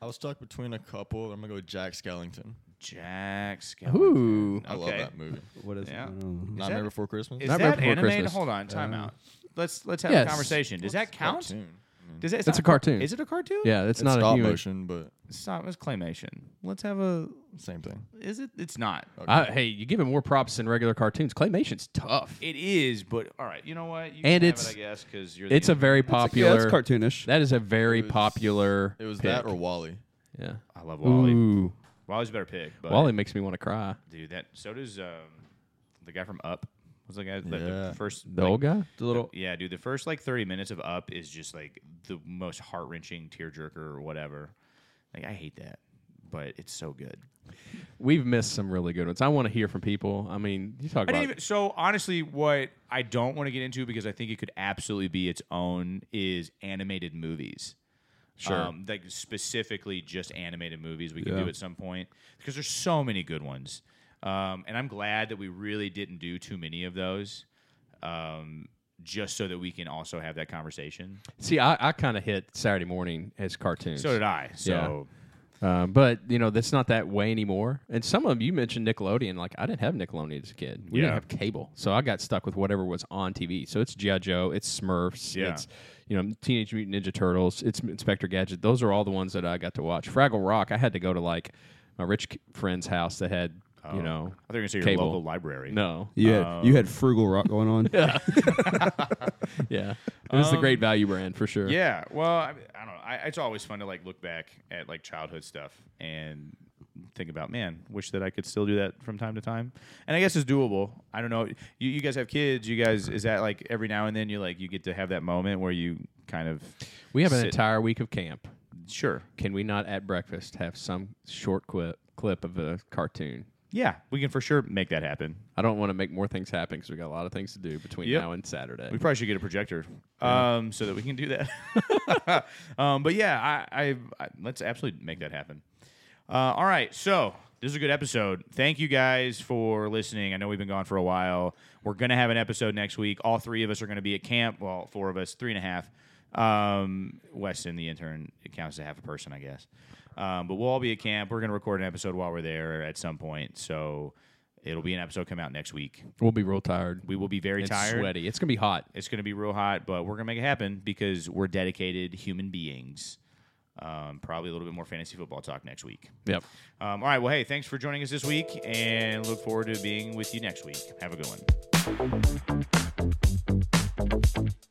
D: I was stuck between a couple. I'm gonna go Jack Skellington.
A: Jack Skellington. [laughs]
C: Ooh,
D: I love
A: Okay.
D: that movie.
B: What is
A: Yeah.
B: it? I don't know.
D: Nightmare
A: that-
D: Before Christmas.
A: Is
C: Nightmare
A: that
C: Before
A: animated?
C: Christmas. Uh,
A: Hold on, time out. Let's let's have
C: Yes.
A: a conversation. Does that count?
D: Cartoon. I mean,
A: Does it?
C: It's
A: not-
C: a cartoon.
A: Is it a cartoon?
C: yeah, it's,
D: It's
C: not
D: stop
C: a human.
D: motion, but
A: It's not. It's claymation. Let's have a.
D: same thing.
A: Is it? It's not.
C: I, hey, you give it more props than regular cartoons. Claymation's tough.
A: It is, but all right. You know what? You can have
C: And it's-
A: it, I guess because you're. the
C: It's a very
B: Yeah,
C: popular.
B: that's cartoonish.
C: That is a very
D: It was-
C: popular.
D: It was
C: pick.
D: that or Wally.
C: yeah.
A: I love Wally.
C: Ooh,
A: Wally's a better pick. But
C: Wally makes me want to cry.
A: dude, that so does um, the guy from Up. Was the guy like,
D: Yeah.
A: the first
C: The
A: like,
C: old guy.
B: the little
A: Yeah, dude. The first like thirty minutes of Up is just like the most heart wrenching tearjerker or whatever. Like I hate that, but it's so good.
C: We've missed some really good ones. I want to hear from people. I mean, you talk
A: I
C: about
A: didn't even, so honestly, what I don't want to get into because I think it could absolutely be its own is animated movies. Sure. Um, like specifically just animated movies we can
B: Yeah.
A: do at some point because there's so many good ones. Um, and I'm glad that we really didn't do too many of those um, just so that we can also have that conversation.
C: See, I, I kind of hit Saturday morning as cartoons.
A: So did I. So
C: Um, but you know, that's not that way anymore. And some of you mentioned Nickelodeon. Like I didn't have Nickelodeon as a kid. We
A: Yeah.
C: didn't have cable, so I got stuck with whatever was on TV. So it's GI Joe, it's Smurfs,
A: Yeah.
C: it's you know Teenage Mutant Ninja Turtles, it's Inspector Gadget. Those are all the ones that I got to watch. Fraggle Rock, I had to go to like my rich k- friend's house that had
A: Oh.
C: you know.
A: I thought you were gonna say your
C: Cable.
A: local library. [laughs]
C: No.
B: You had, you had frugal rock going [laughs] on.
C: Yeah. It was the great value brand for sure.
A: Um, Yeah. Well, I, I don't know. I, it's always fun to like look back at like childhood stuff and think about, man, wish that I could still do that from time to time. And I guess it's doable. I don't know. You, you guys have kids. You guys is that like every now and then you like you get to have that moment where you kind of
C: We have an
A: Sit.
C: entire week of camp.
A: sure.
C: Can we not at breakfast have some short clip clip of a cartoon?
A: Yeah, we can for sure make that happen.
C: I don't want to make more things happen because we got a lot of things to do between
A: Yep.
C: now and Saturday.
A: We probably should get a projector, um, so that we can do that. [laughs] um, but yeah, I, I, I let's absolutely make that happen. Uh, all right, so this is a good episode. Thank you guys for listening. I know we've been gone for a while. We're gonna have an episode next week. All three of us are gonna be at camp. Well, four of us, three and a half. Um, Weston, the intern, it counts as half a person, I guess. Um, but we'll all be at camp. We're gonna record an episode while we're there at some point. So. It'll be an episode come out next week.
C: We'll be real tired.
A: We will be very
C: and
A: tired.
C: sweaty. It's gonna be hot.
A: It's going to be real hot, but we're going to make it happen because we're dedicated human beings. Um, probably a little bit more fantasy football talk next week.
C: Yep.
A: Um, all right. Well, hey, thanks for joining us this week and look forward to being with you next week. Have a good one.